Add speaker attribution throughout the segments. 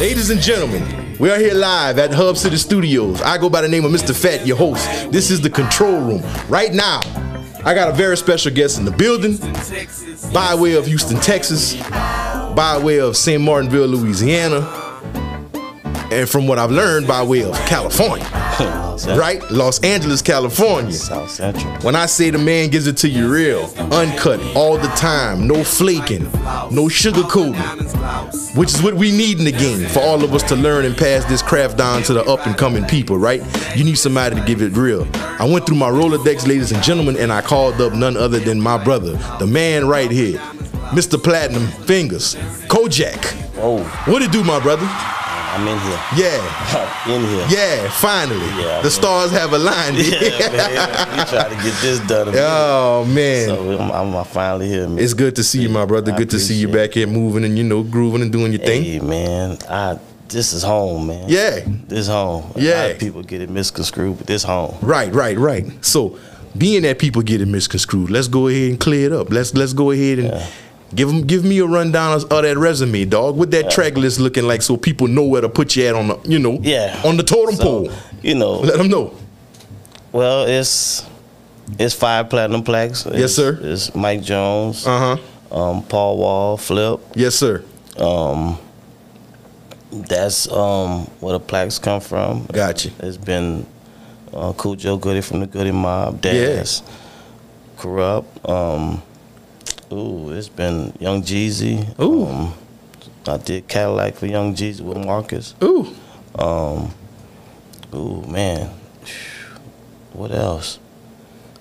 Speaker 1: Ladies and gentlemen, we are here live at Hub City Studios. I go by the name of Mr. Fat, your host. This is the control room. Right now, I got a very special guest in the building by way of Houston, Texas, by way of St. Martinville, Louisiana, and from what I've learned, by way of California, right? Los Angeles, California.
Speaker 2: South Central.
Speaker 1: When I say the man gives it to you real, uncut, all the time, no flaking, no sugarcoating, which is what we need in the game for all of us to learn and pass this craft down to the up and coming people, right? You need somebody to give it real. I went through my Rolodex, ladies and gentlemen, and I called up none other than my brother, the man right here, Mr. Platinum Fingers, Kojak.
Speaker 2: Oh,
Speaker 1: What it do, my brother?
Speaker 2: I'm in here.
Speaker 1: Yeah,
Speaker 2: in here.
Speaker 1: yeah, finally.
Speaker 2: Yeah,
Speaker 1: the
Speaker 2: man.
Speaker 1: stars have aligned.
Speaker 2: Yeah, man. We try to get this done.
Speaker 1: oh, man.
Speaker 2: So I'm, I'm finally here, man.
Speaker 1: It's good to see you, my brother.
Speaker 2: I
Speaker 1: Good to see you
Speaker 2: appreciate
Speaker 1: back here moving and you know grooving and doing your thing.
Speaker 2: hey, man. I this is home, man.
Speaker 1: Yeah.
Speaker 2: This home. A lot
Speaker 1: Yeah.
Speaker 2: of people get it misconstrued, but this home.
Speaker 1: Right, right, right. So, being that people get it misconstrued, let's go ahead and clear it up. Let's let's go ahead and give 'em- give me a rundown of, of that resume, dog. What that track list looking like, so people know where to put you at on the you know
Speaker 2: Yeah.
Speaker 1: on the totem
Speaker 2: So,
Speaker 1: pole.
Speaker 2: You know.
Speaker 1: Let them know.
Speaker 2: Well, it's it's five platinum plaques. It's-
Speaker 1: sir.
Speaker 2: It's Mike Jones.
Speaker 1: Uh huh.
Speaker 2: Um, Paul Wall, Flip.
Speaker 1: Yes, sir.
Speaker 2: Um, that's um where the plaques come from.
Speaker 1: Gotcha.
Speaker 2: It's been uh, Cool Joe Goody from the Goody Mob, Daz, Corrupt. Um, ooh, it's been Young Jeezy.
Speaker 1: Ooh.
Speaker 2: Um, I did Cadillac for Young Jeezy with Marcus.
Speaker 1: Ooh,
Speaker 2: Um, ooh, man. What else?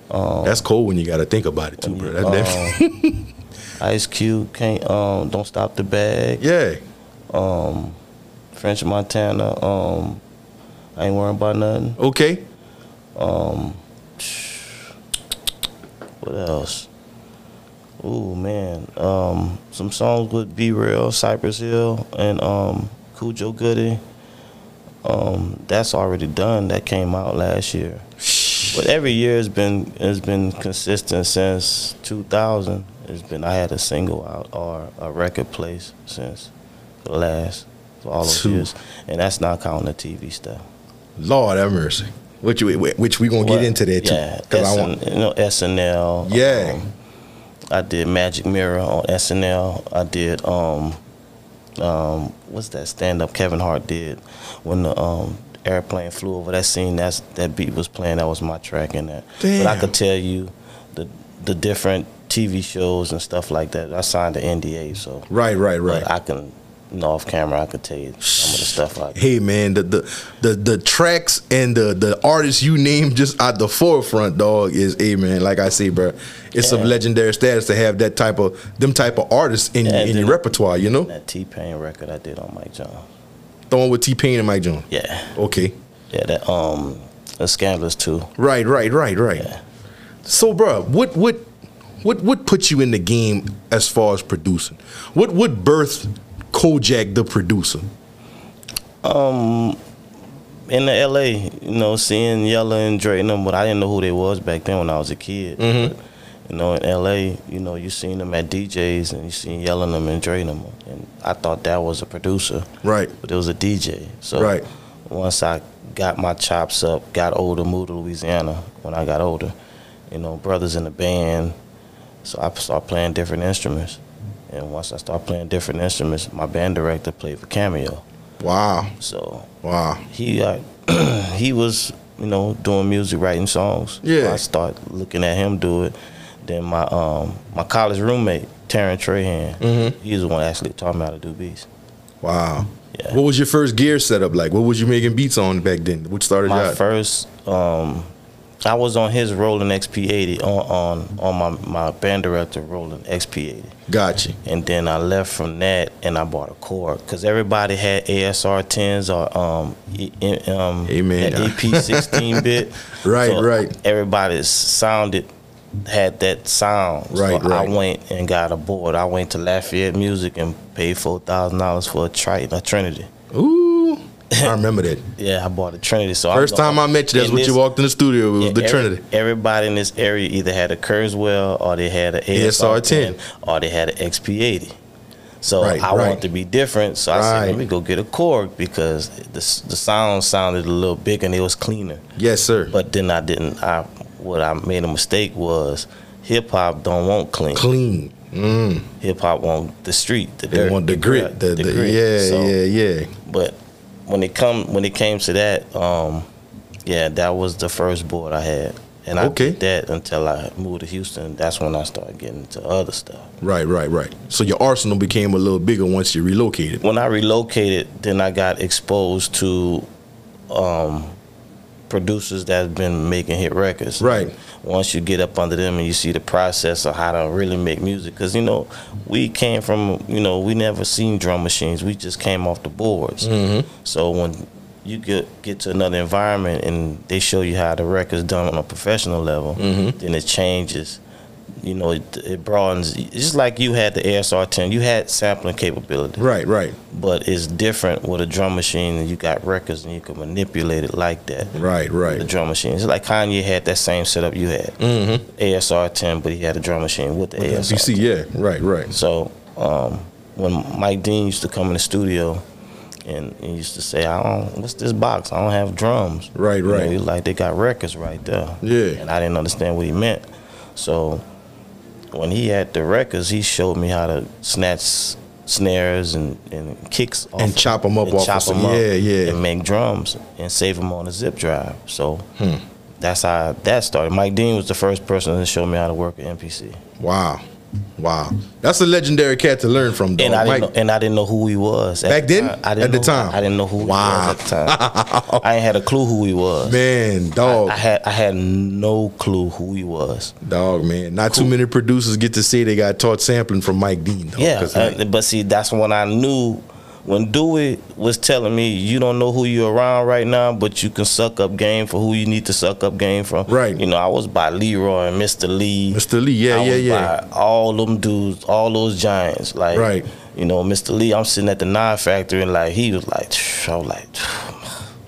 Speaker 2: Oh.
Speaker 1: that's cold when you got to think about it too, bro. That, that,
Speaker 2: Um, Ice Cube can't um, don't stop the bag.
Speaker 1: yeah.
Speaker 2: Um, French Montana. Um, I ain't worrying about nothing.
Speaker 1: Okay.
Speaker 2: Um, what else? Ooh man, um, some songs with B Real, Cypress Hill, and um, Cool Joe Goody. Um, that's already done. That came out last year. But every year has been has been consistent since 2000. It's been I had a single out or a record place since the last for all those
Speaker 1: Two.
Speaker 2: years, and that's not counting the TV stuff.
Speaker 1: Lord have mercy. Which we which we gonna get
Speaker 2: Well,
Speaker 1: into that too.
Speaker 2: Yeah,
Speaker 1: 'cause I
Speaker 2: SN,
Speaker 1: want-
Speaker 2: you know, SNL.
Speaker 1: Yeah.
Speaker 2: um, I did Magic Mirror on SNL. I did um, um, what's that stand up Kevin Hart did when the um airplane flew over that scene? That's that beat was playing. That was my track in that. But I
Speaker 1: Damn.
Speaker 2: could tell you the the different TV shows and stuff like that. I signed the NDA, so
Speaker 1: Right, right, right.
Speaker 2: but I can. You know, off camera, I could tell you some of the stuff I did.
Speaker 1: hey man, the the the, the tracks and the the artists you name just at the forefront, dog, is a man. Like I say, bro, it's
Speaker 2: Yeah.
Speaker 1: of legendary status to have that type of them type of artists in
Speaker 2: Yeah,
Speaker 1: in your
Speaker 2: dude.
Speaker 1: repertoire. You know,
Speaker 2: That T Pain record I did on Mike Jones.
Speaker 1: throwing with T Pain and Mike Jones.
Speaker 2: Yeah.
Speaker 1: Okay,
Speaker 2: Yeah, that um, a scandalous too.
Speaker 1: right, right, right, right.
Speaker 2: Yeah.
Speaker 1: So, bro, what what what what put you in the game as far as producing? What what birthed Kojak the producer?
Speaker 2: Um, in the L.A., you know, seeing Yella and Dre and them, but I didn't know who they was back then when I was a kid. But, you know, in L.A., you know, you seen them at DJs and you seen Yella and them and Dre and them, and I thought that was a producer,
Speaker 1: Right.
Speaker 2: but it was a DJ. So
Speaker 1: Right.
Speaker 2: once I got my chops up, got older, moved to Louisiana when I got older, you know, brothers in the band, so I started playing different instruments. And once I started playing different instruments, my band director played for Cameo.
Speaker 1: Wow.
Speaker 2: So
Speaker 1: Wow.
Speaker 2: he uh, he was you know doing music, writing songs.
Speaker 1: Yeah.
Speaker 2: So I start looking at him do it. Then my um my college roommate Taryn Trahan, he was the one that actually taught me how to do beats.
Speaker 1: Wow.
Speaker 2: Yeah.
Speaker 1: What was your first gear setup like? What was you making beats on back then? Which started
Speaker 2: my
Speaker 1: out?
Speaker 2: first um I was on his Roland XP80 on on on my my band director Roland XP80.
Speaker 1: Gotcha.
Speaker 2: And then I left from that and I bought a cord because everybody had ASR 10s or um, E- E- um
Speaker 1: Amen.
Speaker 2: EP 16 bit.
Speaker 1: Right, right.
Speaker 2: Everybody sounded had that sound.
Speaker 1: Right,
Speaker 2: so
Speaker 1: right.
Speaker 2: I went and got a board. I went to Lafayette Music and paid four thousand dollars for a Triton, a Trinity.
Speaker 1: Ooh. I remember that.
Speaker 2: Yeah, I bought a Trinity. So
Speaker 1: First time I met you, that's
Speaker 2: in
Speaker 1: what
Speaker 2: this-
Speaker 1: you walked in the studio. It was
Speaker 2: yeah,
Speaker 1: the
Speaker 2: every-
Speaker 1: Trinity.
Speaker 2: Everybody in this area either had a Kurzweil or they had an ASR
Speaker 1: ASR-10.
Speaker 2: ten or they had an XP eighty. So
Speaker 1: Right,
Speaker 2: I
Speaker 1: right.
Speaker 2: want to be different. So I said, let
Speaker 1: Right.
Speaker 2: me go get a Korg because the s- the sound sounded a little bigger and it was cleaner.
Speaker 1: Yes, sir.
Speaker 2: But then I didn't. I what I made a mistake was hip hop don't want clean.
Speaker 1: Clean. Mm.
Speaker 2: Hip hop want the street, the
Speaker 1: They
Speaker 2: dirt,
Speaker 1: want the grit. The,
Speaker 2: the,
Speaker 1: the-
Speaker 2: grit.
Speaker 1: Yeah,
Speaker 2: So,
Speaker 1: yeah, yeah.
Speaker 2: But when it come when it came to that, um, yeah, that was the first board I had, and I
Speaker 1: Okay.
Speaker 2: did that until I moved to Houston. That's when I started getting into other stuff.
Speaker 1: Right, right, right. So your arsenal became a little bigger once you relocated.
Speaker 2: When I relocated, then I got exposed to um, producers that's been making hit records.
Speaker 1: Right.
Speaker 2: Once you get up under them and you see the process of how to really make music, because you know we came from you know we never seen drum machines. We just came off the boards. So when you get get to another environment and they show you how the record's done on a professional level, then it changes. You know, it, it broadens. It's just like you had the ASR 10, you had sampling capability
Speaker 1: Right, right,
Speaker 2: but it's different with a drum machine and you got records and you can manipulate it like that.
Speaker 1: right,
Speaker 2: The
Speaker 1: right.
Speaker 2: drum machine. It's like Kanye had that same setup you had. Mm-hmm. ASR 10, but he had a drum machine with the ASR.
Speaker 1: You see, yeah, right, right.
Speaker 2: So um, when Mike Dean used to come in the studio and he used to say, I don't, what's this box? I don't have drums.
Speaker 1: Right,
Speaker 2: You know,
Speaker 1: right.
Speaker 2: he like, they got records right there.
Speaker 1: Yeah.
Speaker 2: And I didn't understand what he meant. So when he had the records, he showed me how to snatch snares and, and kicks off
Speaker 1: And chop 'em up
Speaker 2: and
Speaker 1: off
Speaker 2: chop
Speaker 1: of some-
Speaker 2: 'em up
Speaker 1: yeah, yeah.
Speaker 2: and make drums and save them on a zip drive. So
Speaker 1: Hmm.
Speaker 2: that's how that started. Mike Dean was the first person to show me how to work an MPC.
Speaker 1: Wow, wow. That's a legendary cat to learn from, though.
Speaker 2: And I
Speaker 1: Mike.
Speaker 2: didn't know, and I didn't know who he was at
Speaker 1: Back
Speaker 2: the
Speaker 1: then?
Speaker 2: time. I didn't
Speaker 1: At the
Speaker 2: know-
Speaker 1: time?
Speaker 2: I didn't know who
Speaker 1: Wow.
Speaker 2: he was at the time. I ain't had a clue who he was.
Speaker 1: man, Oh. dog,
Speaker 2: I had I had no clue who he was.
Speaker 1: dog, man. Not too many producers get to say they got taught sampling from Mike Dean, though.
Speaker 2: yeah,
Speaker 1: Oh, 'cause,
Speaker 2: uh,
Speaker 1: like,
Speaker 2: but see, that's when I knew when Dewey was telling me, you don't know who you're around right now, but you can suck up game for who you need to suck up game from.
Speaker 1: Right.
Speaker 2: You know, I was by Leroy and Mr. Lee.
Speaker 1: Mr. Lee, yeah,
Speaker 2: I
Speaker 1: yeah,
Speaker 2: was
Speaker 1: yeah.
Speaker 2: By all them dudes, all those giants, like
Speaker 1: Right.
Speaker 2: You know, Mr. Lee. I'm sitting at the nine factory, and like he was like, I was like,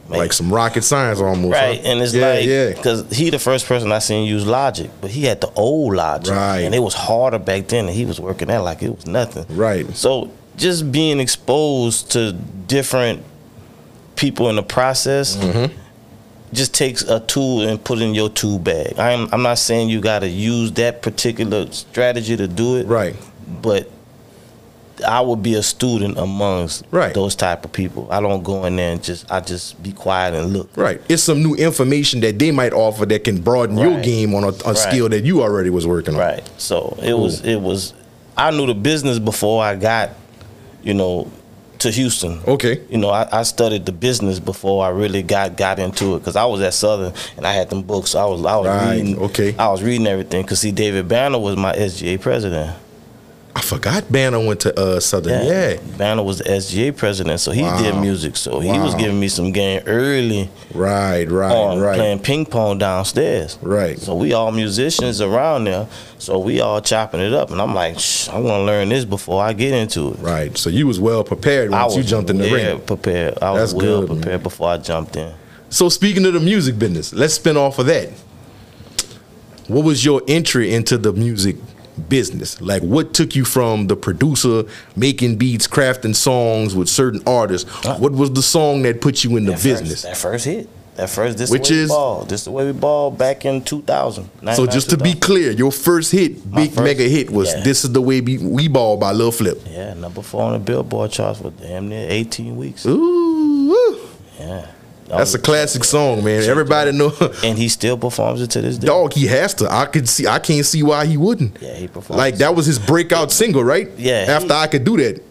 Speaker 2: man.
Speaker 1: Like some rocket science almost. huh?
Speaker 2: Right, and it's
Speaker 1: yeah,
Speaker 2: like
Speaker 1: yeah,
Speaker 2: because he the first person I seen use Logic, but he had the old Logic,
Speaker 1: Right.
Speaker 2: And it was harder back then, and he was working that like it was nothing,
Speaker 1: Right.
Speaker 2: So just being exposed to different people in the process
Speaker 1: Mm-hmm.
Speaker 2: just takes a tool and put it in your tool bag. I'm I'm not saying you got to use that particular strategy to do it,
Speaker 1: right.
Speaker 2: But I would be a student amongst
Speaker 1: Right.
Speaker 2: those type of people. I don't go in there and just I just be quiet and look.
Speaker 1: Right. It's some new information that they might offer that can broaden your
Speaker 2: Right.
Speaker 1: game on a, a skill that you already was working on.
Speaker 2: Right. So it was it was I knew the business before I got, you know, to Houston.
Speaker 1: Okay.
Speaker 2: You know, I, I studied the business before I really got got into it because I was at Southern and I had them books. So I was I was
Speaker 1: Right,
Speaker 2: reading.
Speaker 1: okay.
Speaker 2: I was reading everything because see, David Banner was my SGA president.
Speaker 1: I forgot Banner went to uh, Southern. Yeah.
Speaker 2: Banner was the SGA president, so he did
Speaker 1: Wow.
Speaker 2: music. So he was
Speaker 1: Wow.
Speaker 2: giving me some game early
Speaker 1: Right, right,
Speaker 2: on
Speaker 1: right.
Speaker 2: Oh, playing ping pong downstairs.
Speaker 1: Right.
Speaker 2: So we all musicians around there, so we all chopping it up, and I'm like, Shh, I want to learn this before I get into it.
Speaker 1: Right. So you was well prepared
Speaker 2: I
Speaker 1: once you jumped in the
Speaker 2: well
Speaker 1: ring.
Speaker 2: Prepared. I
Speaker 1: That's
Speaker 2: was well
Speaker 1: good, man.
Speaker 2: prepared before I jumped in.
Speaker 1: So speaking of the music business, let's spin off of that. What was your entry into the music business? Like what took you from the producer making beats, crafting songs with certain artists?
Speaker 2: Uh,
Speaker 1: What was the song that put you in the
Speaker 2: That
Speaker 1: business?
Speaker 2: First, that first hit. That first. This
Speaker 1: Which
Speaker 2: the way
Speaker 1: is-
Speaker 2: we ball. This the way we ball back in 2000.
Speaker 1: So just to be clear, your first hit,
Speaker 2: My
Speaker 1: big
Speaker 2: first-
Speaker 1: mega hit was
Speaker 2: yeah.
Speaker 1: "This Is the Way We, we Ball" by Lil Flip.
Speaker 2: Yeah, number four on the Billboard charts for damn near 18 weeks.
Speaker 1: Ooh, woo.
Speaker 2: Oh, Yeah. That
Speaker 1: that's
Speaker 2: was-
Speaker 1: a classic song, man. Everybody know.
Speaker 2: And he still performs it to this day.
Speaker 1: Dog, he has to. I could see. I can't see why he wouldn't.
Speaker 2: Yeah, he performs.
Speaker 1: Like that was his breakout single, right?
Speaker 2: Yeah, he-
Speaker 1: After I could do that,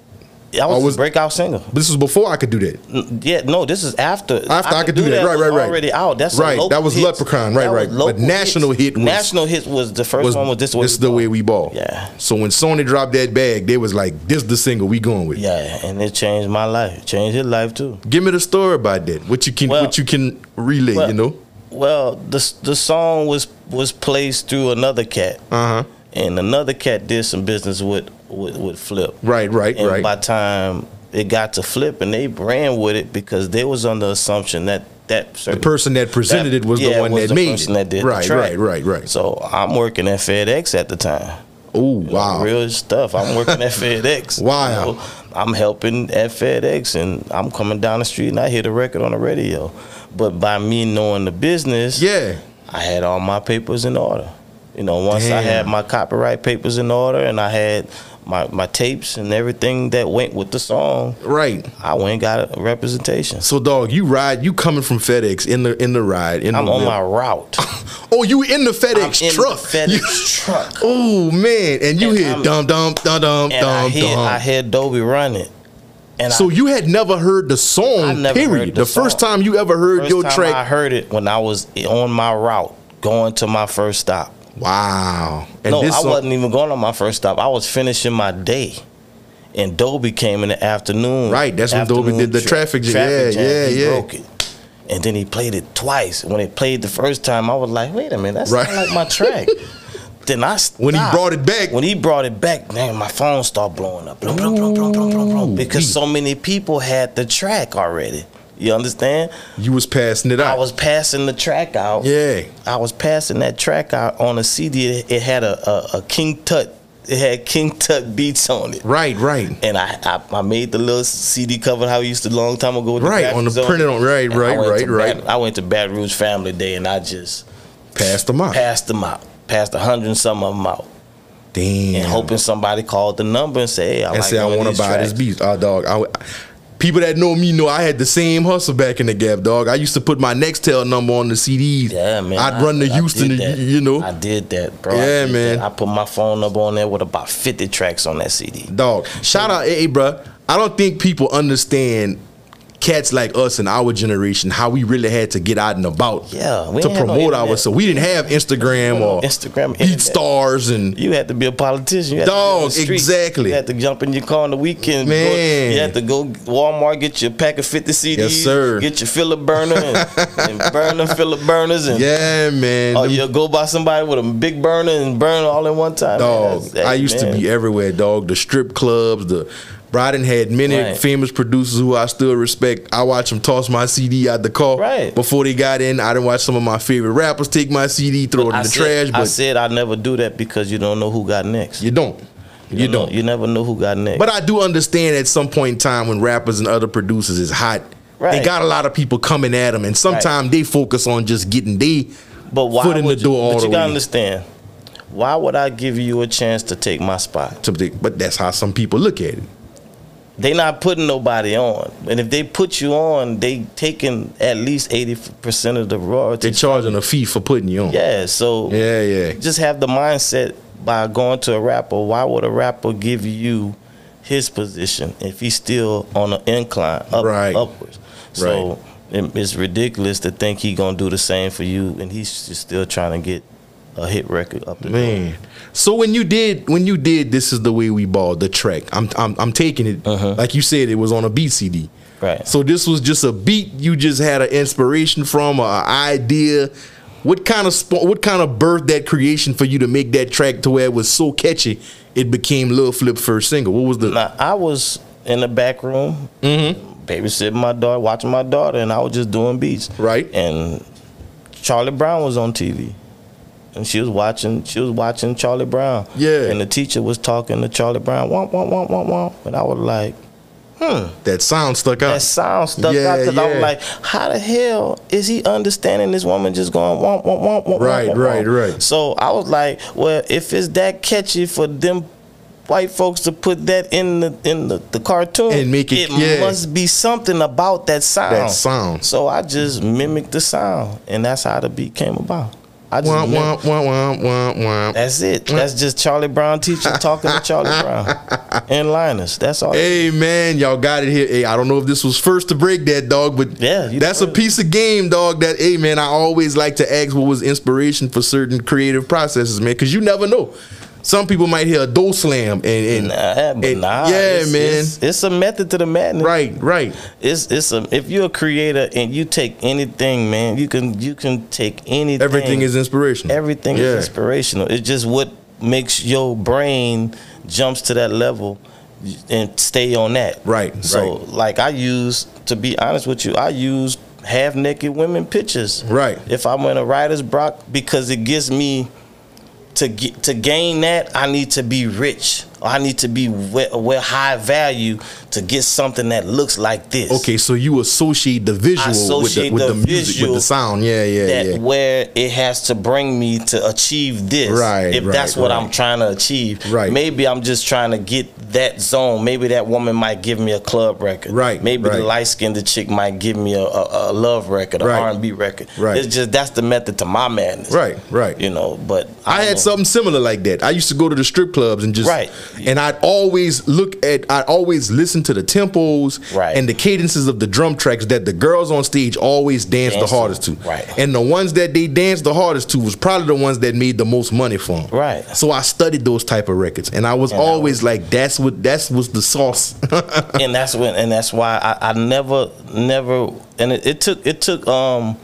Speaker 2: That
Speaker 1: I
Speaker 2: was,
Speaker 1: was-
Speaker 2: his breakout single.
Speaker 1: but this was before I could do that.
Speaker 2: N- Yeah, no, this is after. After
Speaker 1: I Could Do That. Right,
Speaker 2: was
Speaker 1: right, right.
Speaker 2: Already out. That's a
Speaker 1: Right,
Speaker 2: local
Speaker 1: that was
Speaker 2: hits.
Speaker 1: Leprechaun. Right,
Speaker 2: That was
Speaker 1: right. But
Speaker 2: local
Speaker 1: National
Speaker 2: hits.
Speaker 1: Hit was-
Speaker 2: national hit was the first
Speaker 1: Was,
Speaker 2: one. Was this
Speaker 1: this is the way we ball?
Speaker 2: Yeah.
Speaker 1: So when Sony dropped that bag, they was like, "This the single we going with."
Speaker 2: Yeah, and it changed my life. It Changed his life too.
Speaker 1: Give me the story about that. What you can,
Speaker 2: Well-
Speaker 1: what you can relay,
Speaker 2: Well-
Speaker 1: you know?
Speaker 2: Well, the s- the song was was placed through another cat,
Speaker 1: Uh huh.
Speaker 2: and another cat did some business with with, with Flip.
Speaker 1: Right, right,
Speaker 2: And
Speaker 1: right.
Speaker 2: by time it got to Flip, and they ran with it because they was under assumption that that
Speaker 1: the
Speaker 2: certain
Speaker 1: person that presented it was
Speaker 2: yeah,
Speaker 1: the one
Speaker 2: was
Speaker 1: that
Speaker 2: the
Speaker 1: made it.
Speaker 2: person that did the
Speaker 1: right,
Speaker 2: track.
Speaker 1: right, right, right.
Speaker 2: So I'm working at FedEx at the time.
Speaker 1: Oh
Speaker 2: You know,
Speaker 1: wow.
Speaker 2: real stuff. I'm working at FedEx.
Speaker 1: Wow.
Speaker 2: I'm helping at FedEx, and I'm coming down the street, and I hit a record on the radio. But by me knowing the business,
Speaker 1: Yeah.
Speaker 2: I had all my papers in order. You know, once I
Speaker 1: Damn.
Speaker 2: had my copyright papers in order, and I had my my tapes and everything that went with the song,
Speaker 1: Right.
Speaker 2: I went and got a representation.
Speaker 1: So dog, you ride. You coming from FedEx in the in the ride. In
Speaker 2: I'm
Speaker 1: the
Speaker 2: on my route.
Speaker 1: Oh, you in the FedEx
Speaker 2: I'm in the
Speaker 1: truck.
Speaker 2: FedEx truck.
Speaker 1: Oh man, and you
Speaker 2: And
Speaker 1: hear
Speaker 2: I'm-
Speaker 1: dum dum dum dum
Speaker 2: And I
Speaker 1: dum
Speaker 2: hear I
Speaker 1: dum.
Speaker 2: hear Dobie run it. And
Speaker 1: So
Speaker 2: I,
Speaker 1: you had never heard the
Speaker 2: I
Speaker 1: song.
Speaker 2: never
Speaker 1: Period.
Speaker 2: heard
Speaker 1: the
Speaker 2: the
Speaker 1: first
Speaker 2: song.
Speaker 1: time you ever heard
Speaker 2: first
Speaker 1: your
Speaker 2: time
Speaker 1: track.
Speaker 2: I heard it when I was on my route going to my first stop.
Speaker 1: wow. And
Speaker 2: no, I
Speaker 1: this song,
Speaker 2: wasn't even going on my first stop. I was finishing my day. And Dobie came in the afternoon.
Speaker 1: Right, that's when Dobie
Speaker 2: Afternoon
Speaker 1: did the traffic jam. Yeah, yeah,
Speaker 2: he
Speaker 1: yeah.
Speaker 2: broke it. And then he played it twice. When it played the first time, I was like, wait a minute, that's
Speaker 1: Right.
Speaker 2: not like my track. then I stopped.
Speaker 1: When he brought it back.
Speaker 2: When he brought it back, man, my phone started blowing up. Blum, blum, blum, blum, blum, blum, blum,
Speaker 1: Ooh,
Speaker 2: because
Speaker 1: wee.
Speaker 2: so many people had the track already. You understand?
Speaker 1: you was passing it
Speaker 2: I
Speaker 1: out.
Speaker 2: was passing the track out.
Speaker 1: yeah.
Speaker 2: I was passing that track out on a CD. It, it had a, a, a King Tut. It had King Tut beats on it.
Speaker 1: Right. Right.
Speaker 2: And I, I, I made the little CD cover how we used to long time ago. With
Speaker 1: Right,
Speaker 2: the
Speaker 1: on the
Speaker 2: graphics
Speaker 1: printed
Speaker 2: it.
Speaker 1: on- right,
Speaker 2: And I
Speaker 1: right,
Speaker 2: went
Speaker 1: right,
Speaker 2: to
Speaker 1: right.
Speaker 2: Baton- I went to Baton Rouge Family Day and I just
Speaker 1: Passed them out.
Speaker 2: passed them out, passed a hundred and some of them out,
Speaker 1: Damn.
Speaker 2: and hoping somebody called the number and say, "Hey, I
Speaker 1: and
Speaker 2: like
Speaker 1: say I
Speaker 2: one of
Speaker 1: want to
Speaker 2: these
Speaker 1: buy this
Speaker 2: tracks."
Speaker 1: beast. Oh, dog. I, people that know me know I had the same hustle back in the gap, dog. I used to put my Nextel number on the CDs.
Speaker 2: Yeah, man.
Speaker 1: I'd
Speaker 2: I-
Speaker 1: run to
Speaker 2: I
Speaker 1: Houston,
Speaker 2: did
Speaker 1: to,
Speaker 2: that.
Speaker 1: you know.
Speaker 2: I did that, bro. I
Speaker 1: Yeah,
Speaker 2: did
Speaker 1: man.
Speaker 2: that. I put my phone up on there with about 50 tracks on that CD.
Speaker 1: dog. Shout out, hey, bro. I don't think people understand cats like us in our generation how we really had to get out and about.
Speaker 2: Yeah, we
Speaker 1: to
Speaker 2: ain't had no
Speaker 1: promote
Speaker 2: internet.
Speaker 1: ourselves. We didn't have Instagram or
Speaker 2: Instagram,
Speaker 1: Beat
Speaker 2: internet.
Speaker 1: Stars and
Speaker 2: You had to be a politician. You had to be
Speaker 1: Dog,
Speaker 2: on the street.
Speaker 1: exactly.
Speaker 2: You had to jump in your car on the weekend. go-
Speaker 1: Man.
Speaker 2: you had to go Walmart, get your pack of 50 CDs.
Speaker 1: Yes, sir.
Speaker 2: Get your filler burner and, and burn them filler burners. And,
Speaker 1: yeah, man.
Speaker 2: Or
Speaker 1: Them-
Speaker 2: you'll go by somebody with a big burner and burn all in one time.
Speaker 1: dog.
Speaker 2: That's- hey,
Speaker 1: I used
Speaker 2: man.
Speaker 1: to be everywhere, dog. The strip clubs, the Bryden had many
Speaker 2: Right.
Speaker 1: famous producers who I still respect. I watch them toss my CD out the car
Speaker 2: Right.
Speaker 1: before they got in. I didn't watch some of my favorite rappers take my CD, throw it in
Speaker 2: I
Speaker 1: the
Speaker 2: said,
Speaker 1: trash,
Speaker 2: I
Speaker 1: but
Speaker 2: said I never do that because you don't know who got next.
Speaker 1: you don't. You,
Speaker 2: know-
Speaker 1: don't.
Speaker 2: You never know who got next.
Speaker 1: But I do understand at some point in time when rappers and other producers is hot, they
Speaker 2: Right.
Speaker 1: got a lot of people coming at them, and sometimes they focus on just getting they.
Speaker 2: But why
Speaker 1: foot in
Speaker 2: would
Speaker 1: the door
Speaker 2: you,
Speaker 1: all
Speaker 2: But
Speaker 1: the
Speaker 2: you gotta
Speaker 1: way.
Speaker 2: understand. Why would I give you a chance to take my spot?
Speaker 1: to the- But that's how some people look at it.
Speaker 2: They not putting nobody on, and if they put you on, they taking at least eighty percent of the
Speaker 1: They're
Speaker 2: royalties.
Speaker 1: charging a fee for putting you on.
Speaker 2: yeah, so
Speaker 1: yeah, yeah.
Speaker 2: just have the mindset by going to a rapper. Why would a rapper give you his position if he's still on an incline up,
Speaker 1: Right.
Speaker 2: upwards?
Speaker 1: Right.
Speaker 2: So it- it's ridiculous to think he gonna do the same for you, and he's just still trying to get a hit record up. the door.
Speaker 1: Man. So when you did when you did this is the way we ball the track. I'm I'm, I'm taking it
Speaker 2: Uh-huh.
Speaker 1: like you said it was on a beat CD.
Speaker 2: Right.
Speaker 1: So this was just a beat you just had an inspiration from or an idea. What kind of sp- what kind of birth that creation for you to make that track to where it was so catchy it became Lil Flip first single? What was the
Speaker 2: Now I was in the back room,
Speaker 1: Mm-hmm.
Speaker 2: babysitting my daughter, watching my daughter, and I was just doing beats.
Speaker 1: Right.
Speaker 2: And Charlie Brown was on TV, and she was watching. She was watching Charlie Brown.
Speaker 1: Yeah.
Speaker 2: And the teacher was talking to Charlie Brown. Womp womp womp womp womp. And I was like,
Speaker 1: that sound stuck out?
Speaker 2: that sound stuck
Speaker 1: Yeah,
Speaker 2: out because I
Speaker 1: yeah.
Speaker 2: was like, how the hell is he understanding this woman just going womp womp womp womp?
Speaker 1: Right,
Speaker 2: womp, womp,
Speaker 1: right,
Speaker 2: womp?"
Speaker 1: right.
Speaker 2: So I was like, well, if it's that catchy for them white folks to put that in the in the, the cartoon
Speaker 1: And make it- yeah.
Speaker 2: must be something about that sound.
Speaker 1: That sound.
Speaker 2: So I just mimicked the sound, and that's how the beat came about. I just
Speaker 1: Womp,
Speaker 2: mim-
Speaker 1: womp, womp, womp, womp, womp.
Speaker 2: That's it. That's just Charlie Brown teacher talking to Charlie Brown and Linus. That's all.
Speaker 1: Hey man, y'all got it here. Hey, I don't know if this was first to break that dog, but
Speaker 2: Yeah, you
Speaker 1: that's
Speaker 2: the
Speaker 1: a piece of game, dog. That hey man, I always like to ask what was inspiration for certain creative processes, man, because you never know. Some people might hear a door slam and, and,
Speaker 2: Nah, but
Speaker 1: and-
Speaker 2: nah,
Speaker 1: yeah,
Speaker 2: it's-
Speaker 1: man,
Speaker 2: It's, it's a method to the madness.
Speaker 1: right, right,
Speaker 2: It's it's a if you're a creator and you take anything, man, you can you can take anything.
Speaker 1: everything is inspirational.
Speaker 2: everything
Speaker 1: Yeah.
Speaker 2: is inspirational. It's just what makes your brain jumps to that level and stay on that.
Speaker 1: Right,
Speaker 2: So
Speaker 1: right.
Speaker 2: like I use to be honest with you, I use half naked women pictures.
Speaker 1: Right.
Speaker 2: If I'm in a writer's block because it gives me to get, to gain that, I need to be rich. Or I need to be well, well high value to get something that looks like this.
Speaker 1: Okay, so you associate the visual
Speaker 2: associate
Speaker 1: with the,
Speaker 2: the
Speaker 1: with the, music, with
Speaker 2: visual
Speaker 1: the sound. Yeah, yeah,
Speaker 2: that
Speaker 1: yeah.
Speaker 2: where it has to bring me to achieve this.
Speaker 1: Right,
Speaker 2: If
Speaker 1: right,
Speaker 2: that's what I'm
Speaker 1: right.
Speaker 2: trying to achieve.
Speaker 1: Right.
Speaker 2: Maybe I'm just trying to get that zone. Maybe that woman might give me a club record.
Speaker 1: Right,
Speaker 2: Maybe
Speaker 1: right.
Speaker 2: the light skinned chick might give me a, a, a love record, a
Speaker 1: Right.
Speaker 2: R and B record.
Speaker 1: Right.
Speaker 2: It's just that's the method to my madness.
Speaker 1: Right, right.
Speaker 2: You know, but
Speaker 1: I had
Speaker 2: know.
Speaker 1: something similar like that. I used to go to the strip clubs and just
Speaker 2: Right.
Speaker 1: and I'd always look at I'd always listen to the tempos
Speaker 2: Right.
Speaker 1: and the cadences of the drum tracks that the girls on stage always dance,
Speaker 2: Dance
Speaker 1: the
Speaker 2: to.
Speaker 1: hardest to.
Speaker 2: Right.
Speaker 1: And the ones that they danced the hardest to was probably the ones that made the most money for them.
Speaker 2: Right.
Speaker 1: So I studied those type of records and I was
Speaker 2: And I
Speaker 1: always like that's what that's was the sauce.
Speaker 2: and that's when and that's why I, I never never and it, it took it took um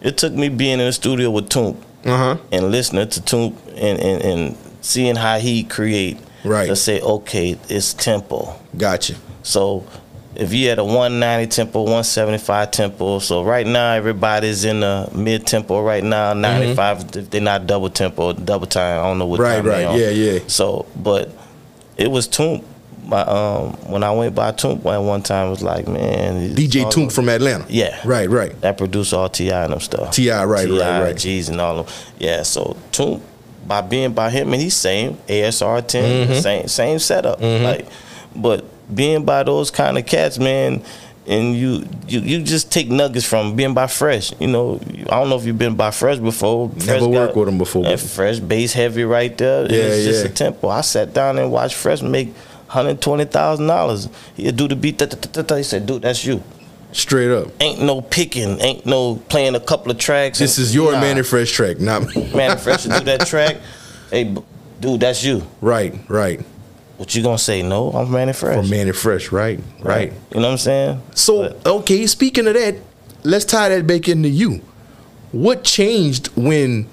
Speaker 2: it took me being in the studio with Toomp
Speaker 1: Uh-huh.
Speaker 2: and listening to Toomp and, and and seeing how he create
Speaker 1: Right.
Speaker 2: to say okay it's tempo
Speaker 1: gotcha.
Speaker 2: so if you had a 190 tempo 175 tempo so right now everybody's in the mid tempo right now
Speaker 1: Mm-hmm.
Speaker 2: 95 if they're not double tempo double time I don't know what
Speaker 1: Right,
Speaker 2: time they
Speaker 1: right.
Speaker 2: on.
Speaker 1: Yeah, yeah.
Speaker 2: so but it was Toomp my um when I went by Toomp at one time it was like man it's
Speaker 1: DJ
Speaker 2: all-
Speaker 1: Toomp from Atlanta.
Speaker 2: yeah.
Speaker 1: Right, right.
Speaker 2: that produced all Ti and them stuff.
Speaker 1: T.I., right,
Speaker 2: T.I.,
Speaker 1: right, right.
Speaker 2: G's and all of them. Yeah, so Toon by being by him and he's same ASR 10
Speaker 1: Mm-hmm.
Speaker 2: same same setup. Like, but being by those kind of cats, man. And you, you you just take nuggets from being by Fresh. You know, I don't know if you've been by Fresh before. Fresh
Speaker 1: Never worked with 'em before.
Speaker 2: That Fresh bass heavy right there. and
Speaker 1: Yeah,
Speaker 2: it's just
Speaker 1: yeah.
Speaker 2: a tempo. I sat down and watched Fresh make hundred twenty thousand dollars. He'll do the beat. da- da- da- da- da. He said, "Dude, that's you."
Speaker 1: Straight up.
Speaker 2: ain't no picking, ain't no playing a couple of tracks.
Speaker 1: This
Speaker 2: and-
Speaker 1: is your
Speaker 2: Nah,
Speaker 1: man and fresh track, not me.
Speaker 2: Man and Fresh to do that track. Hey, b- dude, that's you.
Speaker 1: Right, right.
Speaker 2: What you gonna say? No, I'm Man and Fresh.
Speaker 1: Or man and fresh, right, right.
Speaker 2: You know what I'm saying?
Speaker 1: So
Speaker 2: But
Speaker 1: okay, speaking of that, let's tie that back into you. What changed when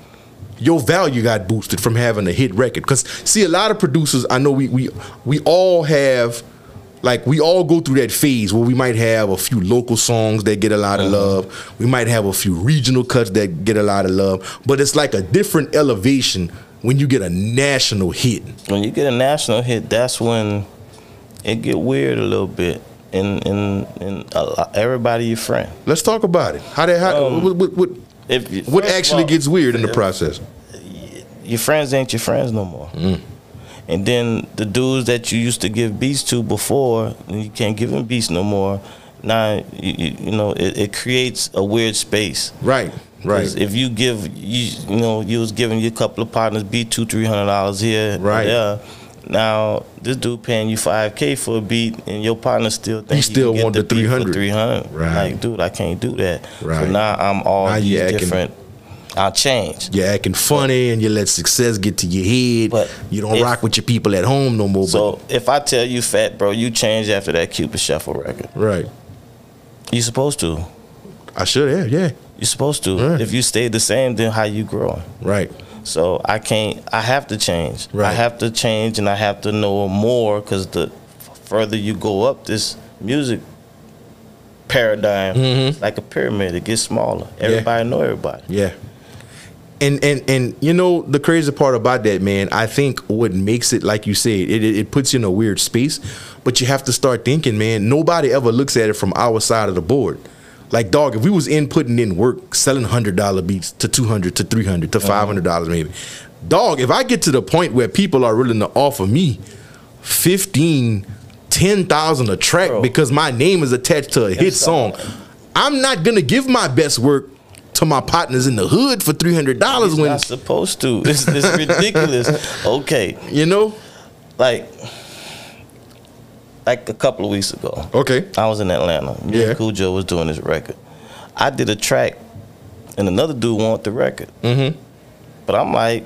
Speaker 1: your value got boosted from having a hit record? Because see, a lot of producers I know we we we all have. Like we all go through that phase where we might have a few local songs that get a lot of
Speaker 2: Uh-huh.
Speaker 1: love. We might have a few regional cuts that get a lot of love. But it's like a different elevation when you get a national hit.
Speaker 2: when you get a national hit, that's when it get weird a little bit, and and and a lot, everybody your friend.
Speaker 1: Let's talk about it. How that how, what, what, what,
Speaker 2: If you-
Speaker 1: what
Speaker 2: Oh. first of
Speaker 1: actually
Speaker 2: all,
Speaker 1: gets weird in the process?
Speaker 2: your friends ain't your friends no more.
Speaker 1: Mm.
Speaker 2: And then the dudes that you used to give beats to before, you can't give them beats no more. Now, you, you, you know, it, it creates a weird space.
Speaker 1: Right,
Speaker 2: 'Cause
Speaker 1: right.
Speaker 2: If you give, you, you know, you was giving your couple of partners beat two, three hundred dollars here,
Speaker 1: Right.
Speaker 2: Yeah. Now this dude paying you five k for a beat, and your partner still think
Speaker 1: still want the 300.
Speaker 2: three hundred.
Speaker 1: Right.
Speaker 2: Like, dude, I can't do that.
Speaker 1: Right.
Speaker 2: So now I'm all
Speaker 1: Now you
Speaker 2: these
Speaker 1: acting-
Speaker 2: different. I change.
Speaker 1: You're acting funny and you let success get to your head.
Speaker 2: But
Speaker 1: you don't
Speaker 2: if-
Speaker 1: rock with your people at home no more.
Speaker 2: So if I tell you fat, bro, you change after that Cupid Shuffle record.
Speaker 1: but right,
Speaker 2: You supposed to.
Speaker 1: I should have. Yeah,
Speaker 2: You supposed to.
Speaker 1: Right.
Speaker 2: If you stay the same, then how you growing?
Speaker 1: right,
Speaker 2: So I can't. I have to change.
Speaker 1: Right.
Speaker 2: I have to change, and I have to know more because the further you go up this music paradigm, it's like a pyramid. It gets smaller. Everybody know everybody.
Speaker 1: yeah. And and and you know the crazy part about that, man. I think what makes it, like you said, it, it it puts you in a weird space. But you have to start thinking, man. Nobody ever looks at it from our side of the board. Like dog, if we was in putting in work, selling hundred dollar beats to two hundred to three hundred to five hundred dollars maybe. Dog, if I get to the point where people are willing to offer me 15 10,000 a track
Speaker 2: Bro.
Speaker 1: because my name is attached to a hit
Speaker 2: so-
Speaker 1: song. I'm not going to give my best work to my partners in the hood for $300
Speaker 2: You're
Speaker 1: when
Speaker 2: not supposed to. It's, it's ridiculous. Okay,
Speaker 1: you know?
Speaker 2: like like a couple of weeks ago.
Speaker 1: Okay.
Speaker 2: I was in Atlanta. Me
Speaker 1: Yeah.
Speaker 2: and Cool Joe was doing this record. I did a track, and another dude wanted the record. Mm-hmm. But I'm like,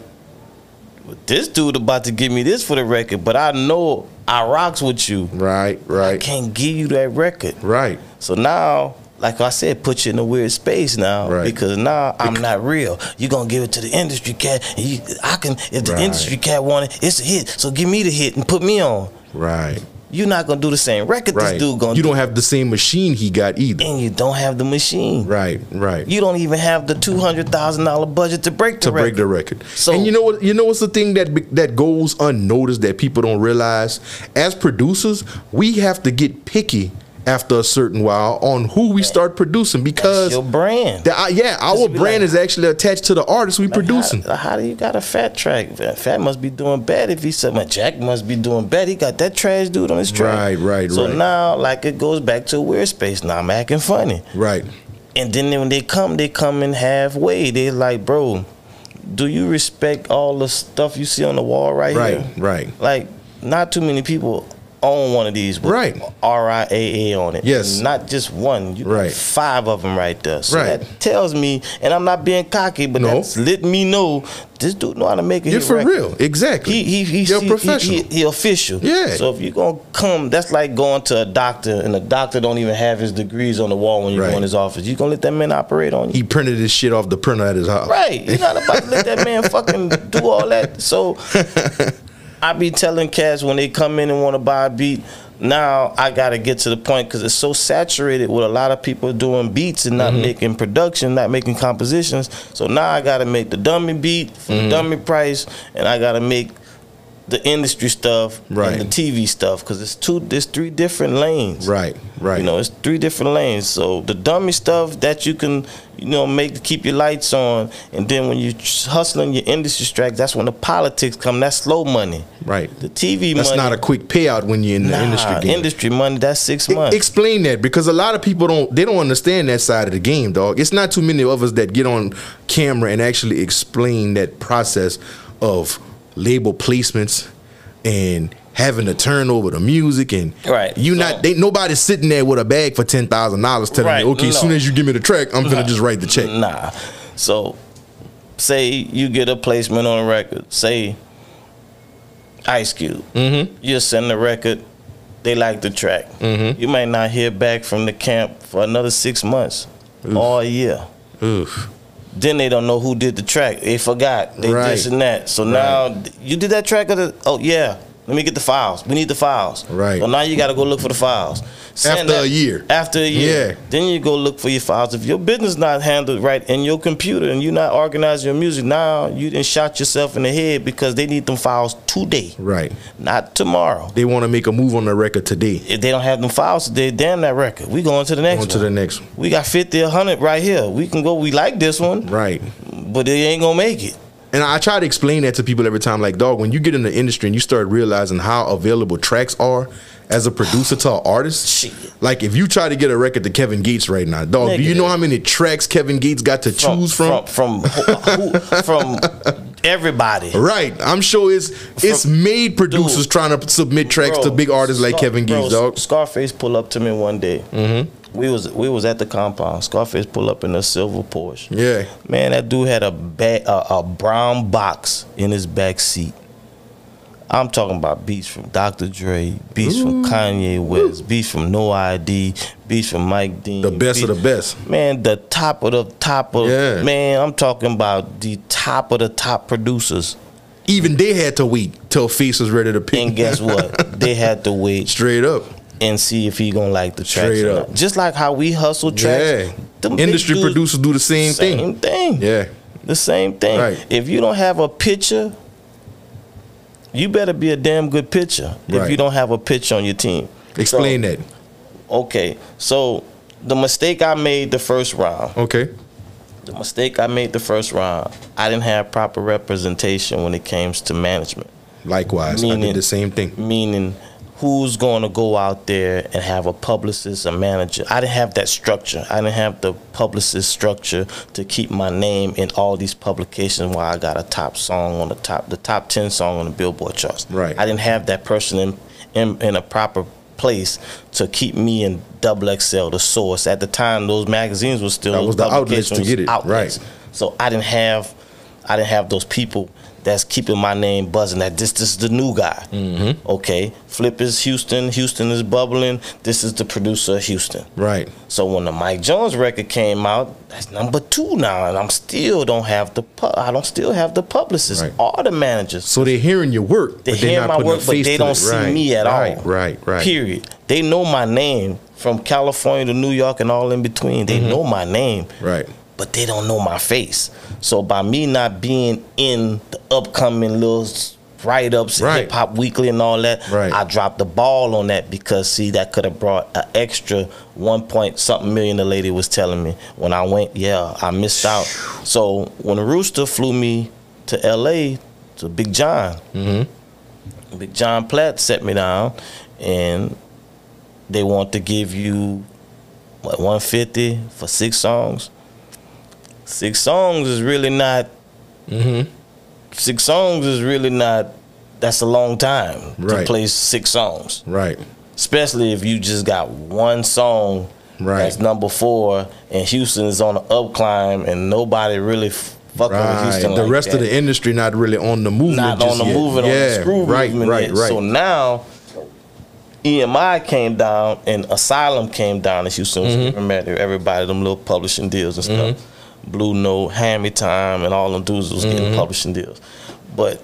Speaker 2: this dude about to give me this for the record, but I know I rocks with you.
Speaker 1: Right,
Speaker 2: I
Speaker 1: right.
Speaker 2: can't give you that record.
Speaker 1: Right.
Speaker 2: So now, like I said, put you in a weird space now
Speaker 1: Right.
Speaker 2: because now I'm not real. You're gonna give it to the industry cat. And you, I can if the
Speaker 1: Right.
Speaker 2: industry cat want it, it's a hit. So give me the hit and put me on.
Speaker 1: Right.
Speaker 2: You're not gonna do the same record
Speaker 1: Right.
Speaker 2: this dude gonna
Speaker 1: you
Speaker 2: do,
Speaker 1: don't have the same machine he got either.
Speaker 2: and you don't have the machine.
Speaker 1: Right, right.
Speaker 2: You don't even have the two hundred thousand dollar budget to break the
Speaker 1: to break
Speaker 2: record.
Speaker 1: the record.
Speaker 2: So-
Speaker 1: and you know what? You know what's the thing that be- that goes unnoticed that people don't realize? As producers, we have to get picky after a certain while on who we start producing because
Speaker 2: Your brand.
Speaker 1: the, uh, yeah, our
Speaker 2: it be
Speaker 1: brand
Speaker 2: like-
Speaker 1: is actually attached to the artist we producing.
Speaker 2: How, how do you got a fat track? Fat must be doing bad if he said my Jack must be doing bad. He got that trash dude on his track.
Speaker 1: Right, right,
Speaker 2: So
Speaker 1: right.
Speaker 2: now, like it goes back to a weird space. Now I'm acting funny,
Speaker 1: Right.
Speaker 2: and then when they come, they come in halfway. They like, bro, do you respect all the stuff you see on the wall right,
Speaker 1: Right,
Speaker 2: here?
Speaker 1: right.
Speaker 2: Like, not too many people own one of these with
Speaker 1: Right.
Speaker 2: RIAA on it.
Speaker 1: Yes.
Speaker 2: Not just one. You
Speaker 1: Right.
Speaker 2: Five of them right there. So
Speaker 1: Right.
Speaker 2: that tells me, and I'm not being cocky, but
Speaker 1: No.
Speaker 2: that's let me know this dude know how to make it.
Speaker 1: You're for real. Exactly.
Speaker 2: He he he,
Speaker 1: You're a
Speaker 2: he-
Speaker 1: professional.
Speaker 2: He, he, he official.
Speaker 1: Yeah.
Speaker 2: So if you're gonna come, that's like going to a doctor and the doctor don't even have his degrees on the wall when you
Speaker 1: Right.
Speaker 2: go in his office. You gonna let that man operate on you?
Speaker 1: he printed his shit off the printer at his house.
Speaker 2: Right. You're not about to let that man fucking do all that. So I be telling cats when they come in and want to buy a beat, now I got to get to the point because it's so saturated with a lot of people doing beats and not making production, not making compositions. So now I got to make the dummy beat for the dummy price and I got to make the industry stuff
Speaker 1: Right.
Speaker 2: and the TV stuff because it's two, there's three different lanes.
Speaker 1: Right, right.
Speaker 2: You know, it's three different lanes. So the dummy stuff that you can, you know, make to keep your lights on, and then when you tr- hustling your industry strike, that's when the politics come. That's slow money.
Speaker 1: right.
Speaker 2: The TV
Speaker 1: That's
Speaker 2: money.
Speaker 1: not a quick payout when you're in the
Speaker 2: Nah,
Speaker 1: industry game.
Speaker 2: industry money. That's six months.
Speaker 1: E- Explain that because a lot of people don't they don't understand that side of the game, dog. It's not too many of us that get on camera and actually explain that process of label placements and having to turn over the music and
Speaker 2: Right.
Speaker 1: You
Speaker 2: So-
Speaker 1: not they nobody's sitting there with a bag for ten thousand dollars telling
Speaker 2: Right,
Speaker 1: you, okay, as
Speaker 2: no.
Speaker 1: soon as you give me the track, I'm gonna just write the check.
Speaker 2: Nah. So, say you get a placement on a record. Say Ice Cube. Mm-hmm. You send the record. They like the track. Mm-hmm. You might not hear back from the camp for another six months, all year.
Speaker 1: Oof.
Speaker 2: Then they don't know who did the track. They forgot. They
Speaker 1: Right.
Speaker 2: this and that. So now you did that track of the. Oh yeah. Let me get the files. We need the files.
Speaker 1: Right.
Speaker 2: So now you got to go look for the files.
Speaker 1: After a year.
Speaker 2: After a year.
Speaker 1: Yeah.
Speaker 2: Then you go look for your files. If your business not handled right in your computer and you not organizing your music, now you didn't shot yourself in the head because they need them files today,
Speaker 1: Right.
Speaker 2: not tomorrow.
Speaker 1: They want to make a move on the record today.
Speaker 2: If they don't have them files today, damn that record. We going to the next
Speaker 1: On to
Speaker 2: one.
Speaker 1: the next one.
Speaker 2: we got 50, 100 right here. We can go. We like this one,
Speaker 1: Right.
Speaker 2: but it ain't gonna make it.
Speaker 1: And I try to explain that to people every time, like, dog, when you get in the industry and you start realizing how available tracks are as a producer to an artist,
Speaker 2: Shit.
Speaker 1: like if you try to get a record to Kevin Gates right now, dog, do you
Speaker 2: Nigga.
Speaker 1: know how many tracks Kevin Gates got to choose from?
Speaker 2: from from, who- from everybody.
Speaker 1: Right, I'm sure it's it's made producers
Speaker 2: Dude.
Speaker 1: trying to submit tracks to
Speaker 2: Bro,
Speaker 1: big artists like
Speaker 2: Scar-
Speaker 1: Kevin Gates,
Speaker 2: bro,
Speaker 1: dog.
Speaker 2: Scarface pull up to me one day. Mm-hmm. We was we was at the compound. Scarface pull up in a silver Porsche.
Speaker 1: Yeah,
Speaker 2: Man, that dude had a ba- a, a brown box in his back seat. I'm talking about beats from Dr. Dre, beats from Kanye West, beats from No ID, beats from Mike Dean.
Speaker 1: the best of
Speaker 2: beats-
Speaker 1: the best.
Speaker 2: Man, the top of the top of
Speaker 1: Yeah.
Speaker 2: man, I'm talking about the top of the top producers.
Speaker 1: Even they had to wait till Face was ready to pick.
Speaker 2: And guess what? they had to wait
Speaker 1: Straight up,
Speaker 2: and see if he gonna like the tracks.
Speaker 1: Straight
Speaker 2: or
Speaker 1: up.
Speaker 2: not. Just like how we hustle
Speaker 1: yeah.
Speaker 2: tracks. them big
Speaker 1: Industry
Speaker 2: dudes-
Speaker 1: producers do the same, thing.
Speaker 2: Same thing.
Speaker 1: Yeah,
Speaker 2: The same thing.
Speaker 1: Right.
Speaker 2: If you don't have a picture, you better be a damn good pitcher. If
Speaker 1: Right.
Speaker 2: you don't have a pitch on your team.
Speaker 1: explain that.
Speaker 2: that. Okay. So the mistake I made the first round.
Speaker 1: Okay,
Speaker 2: The mistake I made the first round, I didn't have proper representation when it comes to management.
Speaker 1: likewise, I
Speaker 2: Meaning-
Speaker 1: did the same thing.
Speaker 2: meaning who's going to go out there and have a publicist, a manager. I didn't have that structure. I didn't have the publicist structure to keep my name in all these publications where I got a top song on the top, the top 10 song on the Billboard charts.
Speaker 1: Right.
Speaker 2: I didn't have that person in, in, in a proper place to keep me in double XL, the source. At the time, those magazines were still
Speaker 1: That was the outlets to
Speaker 2: publications,
Speaker 1: get it, right.
Speaker 2: outlets. So I didn't have, I didn't have those people that's keeping my name buzzing. That this this is the new guy.
Speaker 1: Mm-hmm.
Speaker 2: Okay, Flip is Houston. Houston is bubbling. This is the producer of Houston.
Speaker 1: Right.
Speaker 2: So when the Mike Jones record came out, that's number two now, and I'm still don't have the pu- I don't still have the publicists
Speaker 1: Right.
Speaker 2: or the managers.
Speaker 1: So they're hearing your work,
Speaker 2: They
Speaker 1: but they're
Speaker 2: hear
Speaker 1: not
Speaker 2: my
Speaker 1: putting a
Speaker 2: work, but
Speaker 1: face
Speaker 2: they
Speaker 1: to
Speaker 2: don't
Speaker 1: it.
Speaker 2: see
Speaker 1: Right,
Speaker 2: me at
Speaker 1: right,
Speaker 2: all.
Speaker 1: Right, right,
Speaker 2: Period. They know my name from California to New York and all in between. They
Speaker 1: Mm-hmm.
Speaker 2: know my name,
Speaker 1: Right.
Speaker 2: but they don't know my face. So by me not being in the upcoming little write ups,
Speaker 1: Right.
Speaker 2: hip hop weekly and all that,
Speaker 1: Right.
Speaker 2: I dropped the ball on that because see that could have brought an extra one point something million. The lady was telling me when I went, yeah, I missed out. So when Rooster flew me to L.A. to Big John,
Speaker 1: Mm-hmm.
Speaker 2: Big John Platt set me down, and they want to give you what 150 for six songs. Six songs is really not.
Speaker 1: Mm-hmm.
Speaker 2: Six songs is really not. That's a long time to
Speaker 1: Right.
Speaker 2: play six songs,
Speaker 1: Right.
Speaker 2: especially if you just got one song
Speaker 1: Right.
Speaker 2: that's number four, and Houston is on the upclimb, and nobody really f- fucking with
Speaker 1: Right.
Speaker 2: Houston.
Speaker 1: the
Speaker 2: like
Speaker 1: rest
Speaker 2: that
Speaker 1: of the industry not really on the movement.
Speaker 2: not
Speaker 1: just
Speaker 2: on the
Speaker 1: yet.
Speaker 2: movement,
Speaker 1: yeah,
Speaker 2: on the screw
Speaker 1: right,
Speaker 2: movement.
Speaker 1: Right,
Speaker 2: yet.
Speaker 1: right,
Speaker 2: So now EMI came down and Asylum came down as Houston was
Speaker 1: Mm-hmm.
Speaker 2: getting ready. Everybody, them little publishing deals and stuff. Blue Note, Hammy Time, and all them dudes was
Speaker 1: Mm-hmm.
Speaker 2: getting publishing deals. But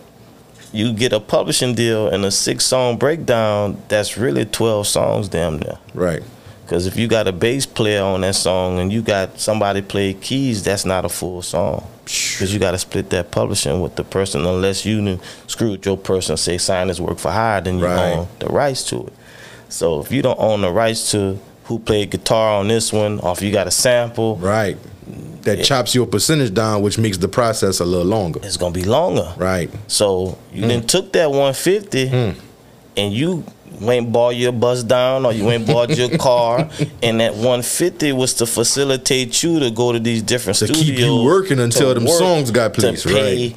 Speaker 2: you get a publishing deal and a six song breakdown, that's really 12 songs damn near.
Speaker 1: right.
Speaker 2: Because if you got a bass player on that song and you got somebody play keys, that's not a full song. Because you got to split that publishing with the person unless you knew, screwed your person, say sign this work for hire, then you
Speaker 1: Right.
Speaker 2: own the rights to it. So if you don't own the rights to who played guitar on this one, or if you got a sample,
Speaker 1: Right. That chops your percentage down, which makes the process a little longer.
Speaker 2: it's going to be longer.
Speaker 1: Right.
Speaker 2: So you
Speaker 1: Mm.
Speaker 2: then took that 150 and you went and bought your bus down or you went and bought your car and that 150 was to facilitate you to go to these different
Speaker 1: To keep
Speaker 2: studios
Speaker 1: you working
Speaker 2: to
Speaker 1: until them
Speaker 2: work,
Speaker 1: songs got
Speaker 2: to
Speaker 1: placed,
Speaker 2: pay,
Speaker 1: right.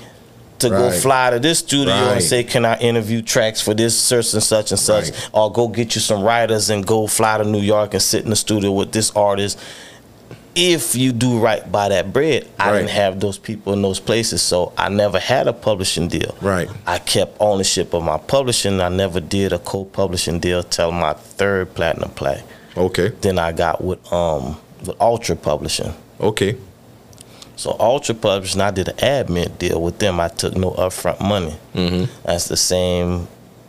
Speaker 2: To go
Speaker 1: Right.
Speaker 2: fly to this studio
Speaker 1: Right.
Speaker 2: and say, "Can I interview tracks for this such and such and such?"
Speaker 1: Right.
Speaker 2: Or go get you some writers and go fly to New York and sit in the studio with this artist. If you do right by that bread, I
Speaker 1: Right.
Speaker 2: didn't have those people in those places, so I never had a publishing deal.
Speaker 1: Right.
Speaker 2: I kept ownership of my publishing. I never did a co-publishing deal till my third platinum play.
Speaker 1: Okay.
Speaker 2: Then I got with um with Ultra Publishing.
Speaker 1: Okay.
Speaker 2: So Ultra Publishing, I did an admin deal with them. I took no upfront money. Mm-hmm. That's the same,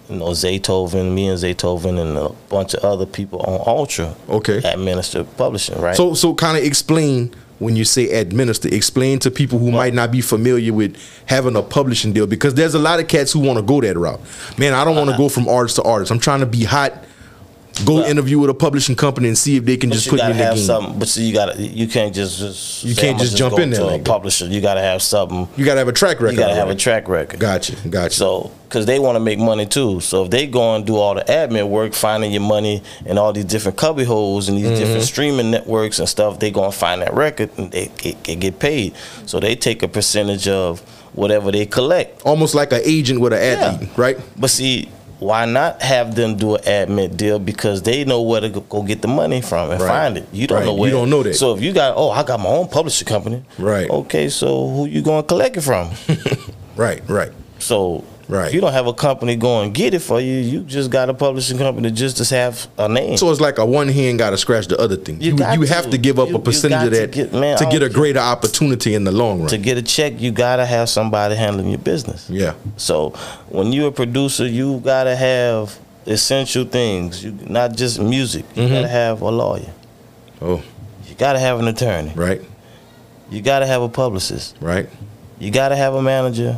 Speaker 2: you know, Zaytoven, me and Zaytoven, and a bunch of other people on Ultra.
Speaker 1: Okay.
Speaker 2: Administer publishing, right?
Speaker 1: So so kind of explain when you say administer, explain to people who might not be familiar with having a publishing deal because there's a lot of cats who want to go that route. Man, I don't want to go from artist to artist. I'm trying to be hot. Go
Speaker 2: Uh-huh. Well-
Speaker 1: interview with a publishing company and see if they can just
Speaker 2: you
Speaker 1: put me
Speaker 2: gotta
Speaker 1: in the
Speaker 2: have
Speaker 1: game.
Speaker 2: something. But see, you gotta you can't just just
Speaker 1: You
Speaker 2: say,
Speaker 1: can't
Speaker 2: "I'ma
Speaker 1: just jump
Speaker 2: go
Speaker 1: in there
Speaker 2: to a
Speaker 1: like that.
Speaker 2: publisher. You gotta have something.
Speaker 1: You gotta have a track record.
Speaker 2: You gotta have a
Speaker 1: already.
Speaker 2: track record.
Speaker 1: Gotcha, gotcha.
Speaker 2: So, because they want to make money too. So, if they go and do all the admin work, finding your money and all these different cubby holes and these
Speaker 1: Mm-hmm.
Speaker 2: different streaming networks and stuff, they going to find that record and they, they, they get paid. So, they take a percentage of whatever they collect.
Speaker 1: Almost like an agent with an athlete,
Speaker 2: Yeah.
Speaker 1: right?
Speaker 2: But see, why not have them do an admin deal? Because they know where to go- go get the money from and
Speaker 1: Right.
Speaker 2: find it. You don't
Speaker 1: Right.
Speaker 2: know
Speaker 1: You
Speaker 2: where.
Speaker 1: don't know that.
Speaker 2: So, if you got, oh, I got my own publishing company.
Speaker 1: Right.
Speaker 2: Okay, so who you going to collect it from?
Speaker 1: Right, right.
Speaker 2: So
Speaker 1: Right.
Speaker 2: if you don't have a company go and get it for you, you just got a publishing company just to have a name.
Speaker 1: So it's like a one hand got to scratch the other thing.
Speaker 2: You
Speaker 1: You,
Speaker 2: got
Speaker 1: you have to,
Speaker 2: to.
Speaker 1: give up
Speaker 2: You-
Speaker 1: a
Speaker 2: you
Speaker 1: percentage
Speaker 2: got
Speaker 1: of
Speaker 2: to
Speaker 1: that to get,
Speaker 2: get- man, I
Speaker 1: a
Speaker 2: don't-
Speaker 1: greater opportunity in the long run.
Speaker 2: to get a check, you gotta have somebody handling your business.
Speaker 1: yeah,
Speaker 2: So when you're a producer, you gotta have essential things. You not just music. You
Speaker 1: Mm-hmm.
Speaker 2: gotta have a lawyer.
Speaker 1: oh,
Speaker 2: You gotta have an attorney.
Speaker 1: right,
Speaker 2: You gotta have a publicist.
Speaker 1: right,
Speaker 2: You gotta have a manager,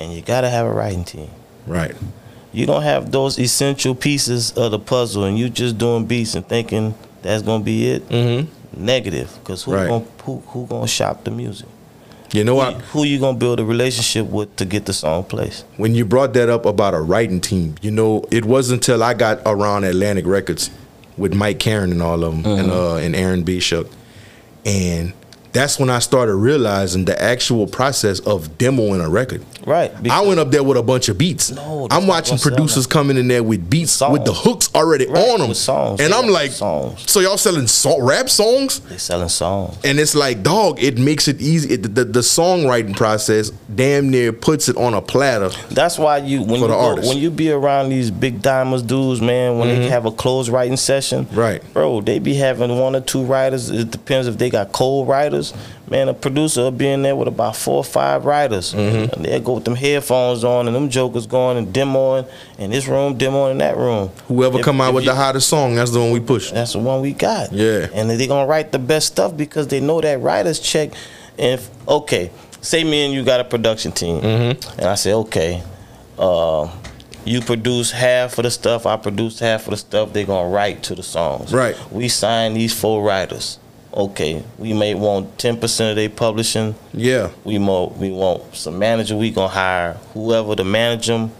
Speaker 2: and you gotta have a writing team.
Speaker 1: right.
Speaker 2: you don't have those essential pieces of the puzzle and you just doing beats and thinking that's gonna be it negative because who
Speaker 1: Right.
Speaker 2: gonna who, who gonna shop the music
Speaker 1: You know what?
Speaker 2: who you gonna build a relationship with to get the song placed
Speaker 1: when you brought that up about a writing team, you know, it wasn't until I got around Atlantic
Speaker 2: Uh-huh.
Speaker 1: Records with Mike Karen and all of them and uh, and Aaron Bishop, and that's when I started realizing the actual process of demoing a record.
Speaker 2: Right.
Speaker 1: I
Speaker 2: because-
Speaker 1: went up there with a bunch of beats.
Speaker 2: No, that's
Speaker 1: I'm
Speaker 2: not
Speaker 1: watching
Speaker 2: what's selling.
Speaker 1: producers coming in there with beats
Speaker 2: Songs.
Speaker 1: with the hooks already
Speaker 2: Right,
Speaker 1: on them,
Speaker 2: with songs.
Speaker 1: and
Speaker 2: They
Speaker 1: I'm
Speaker 2: got
Speaker 1: like,
Speaker 2: songs.
Speaker 1: so y'all selling so- rap songs?
Speaker 2: they selling songs.
Speaker 1: And it's like, dog, it makes it easy. It, the, the songwriting process damn near puts it on a platter.
Speaker 2: That's why you when
Speaker 1: For
Speaker 2: you
Speaker 1: the
Speaker 2: go,
Speaker 1: artist.
Speaker 2: when you be around these big diamonds dudes, man, when they have a close writing session,
Speaker 1: Mm-hmm. Right.
Speaker 2: Bro, they be having one or two writers. It depends if they got cold writers. Man, a producer will be in there with about four or five writers,
Speaker 1: Mm-hmm.
Speaker 2: and they'll go with them headphones on and them jokers going and demoing in this room, demoing in that room.
Speaker 1: Whoever
Speaker 2: If-
Speaker 1: come out
Speaker 2: if
Speaker 1: with
Speaker 2: you-
Speaker 1: the hottest song, that's the one we push.
Speaker 2: that's the one we got.
Speaker 1: Yeah.
Speaker 2: And they gonna write the best stuff because they know that writers check. If okay, say me and you got a production team,
Speaker 1: Mm-hmm.
Speaker 2: and I say okay, uh, you produce half of the stuff, I produce half of the stuff. They gonna write to the songs.
Speaker 1: Right.
Speaker 2: We sign these four writers. Okay, we may want ten percent of their publishing.
Speaker 1: Yeah,
Speaker 2: We mo we want some manager. We gonna hire whoever to manage them.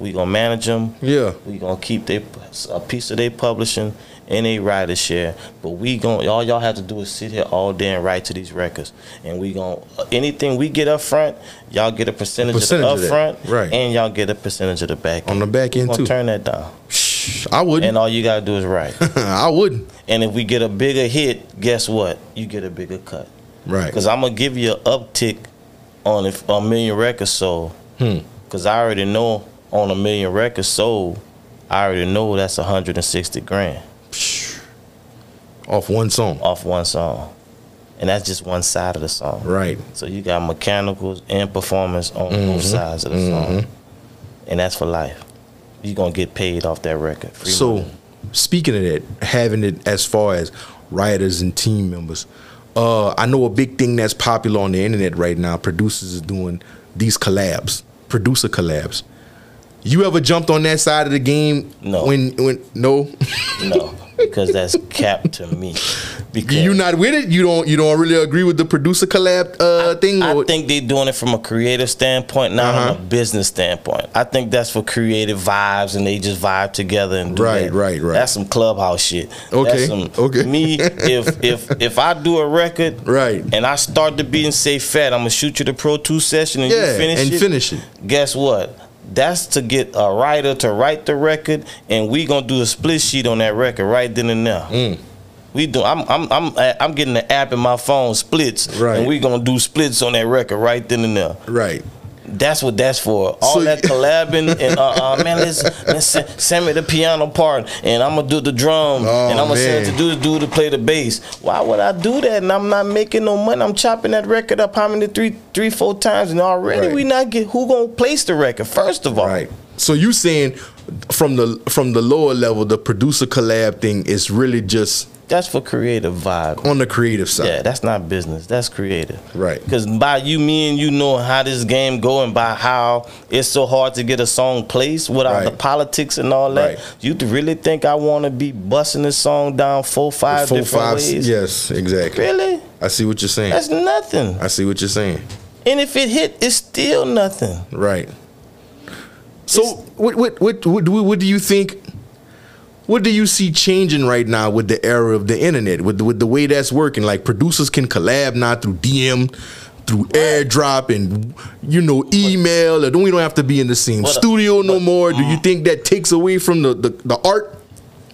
Speaker 2: We gonna manage them.
Speaker 1: yeah.
Speaker 2: We gonna keep they a piece of their publishing and they writer share, but we gonna all y'all have to do is sit here all day and write to these records, and we gonna anything we get up front, y'all get a percentage,
Speaker 1: Percentage
Speaker 2: of
Speaker 1: of
Speaker 2: the
Speaker 1: that,
Speaker 2: up front,
Speaker 1: right.
Speaker 2: And y'all get a percentage of the back
Speaker 1: On the back
Speaker 2: we
Speaker 1: end
Speaker 2: gonna
Speaker 1: too.
Speaker 2: turn that down,
Speaker 1: Shh, I wouldn't.
Speaker 2: and all you gotta do is write.
Speaker 1: I wouldn't.
Speaker 2: and if we get a bigger hit, guess what? You get a bigger cut,
Speaker 1: Right.
Speaker 2: because I'm gonna give you an uptick on if a million records sold.
Speaker 1: Hmm.
Speaker 2: Cause I already know on a million records sold, I already know that's 160 grand
Speaker 1: Psh. Off one song.
Speaker 2: off one song, and that's just one side of the song.
Speaker 1: Right.
Speaker 2: So you got mechanicals and performance on
Speaker 1: Mm-hmm.
Speaker 2: both sides of the song, and that's for life. You gonna get paid off that record. Free
Speaker 1: So,
Speaker 2: money.
Speaker 1: speaking of that, having it as far as writers and team members, uh, I know a big thing that's popular on the internet right now. Producers is doing these collabs, producer collabs. You ever jumped on that side of the game?
Speaker 2: No.
Speaker 1: When when no,
Speaker 2: no, because that's capped to me. Because
Speaker 1: you not with it. You don't you don't really agree with the producer collab uh, thing.
Speaker 2: I
Speaker 1: or-
Speaker 2: think they're doing it from a creative standpoint, not
Speaker 1: Uh-huh.
Speaker 2: on a business standpoint. I think that's for creative vibes, and they just vibe together and do
Speaker 1: Right,
Speaker 2: that.
Speaker 1: right, right.
Speaker 2: That's some clubhouse shit.
Speaker 1: Okay,
Speaker 2: That's some,
Speaker 1: okay.
Speaker 2: Me, if if if I do a record,
Speaker 1: Right.
Speaker 2: and I start the beat and say "Fat," I'm gonna shoot you the Pro Two session and
Speaker 1: yeah,
Speaker 2: you finish
Speaker 1: and
Speaker 2: it.
Speaker 1: finish it.
Speaker 2: Guess what? That's to get a writer to write the record, and we gonna do a split sheet on that record right then and now. We do. I'm I'm I'm I'm getting the app in my phone splits,
Speaker 1: Right.
Speaker 2: and we gonna do splits on that record right then and there.
Speaker 1: Right.
Speaker 2: That's what that's for. All
Speaker 1: So-
Speaker 2: that collabing and uh, uh man, let's, let's se- send me the piano part, and I'm gonna do the drum,
Speaker 1: Oh,
Speaker 2: and I'm gonna send it
Speaker 1: man.
Speaker 2: to do the dude to play the bass. Why would I do that? And I'm not making no money. I'm chopping that record up how many three three four times, and already
Speaker 1: Right.
Speaker 2: we not get who gonna place the record first of all.
Speaker 1: Right. So you saying from the from the lower level, the producer collab thing is really just
Speaker 2: That's for creative vibe.
Speaker 1: on the creative side.
Speaker 2: Yeah, that's not business. That's creative.
Speaker 1: Right.
Speaker 2: Because by you, me, and you know how this game go, and by how it's so hard to get a song placed with all the
Speaker 1: Right.
Speaker 2: politics and all that.
Speaker 1: Right.
Speaker 2: You th- really think I want to be busting this song down four, five
Speaker 1: Four,
Speaker 2: different
Speaker 1: five,
Speaker 2: ways?
Speaker 1: yes, exactly.
Speaker 2: Really?
Speaker 1: I see what you're saying.
Speaker 2: That's nothing.
Speaker 1: I see what you're saying.
Speaker 2: And if it hit, it's still nothing.
Speaker 1: Right. So what what what what do, what do you think? What do you see changing right now with the era of the internet, with the, with the way that's working? Like producers can collab now through DM, through airdrop, and you know email. Or don't we don't have to be in the same
Speaker 2: But-
Speaker 1: studio no more? Do you think that takes away from the the, the art?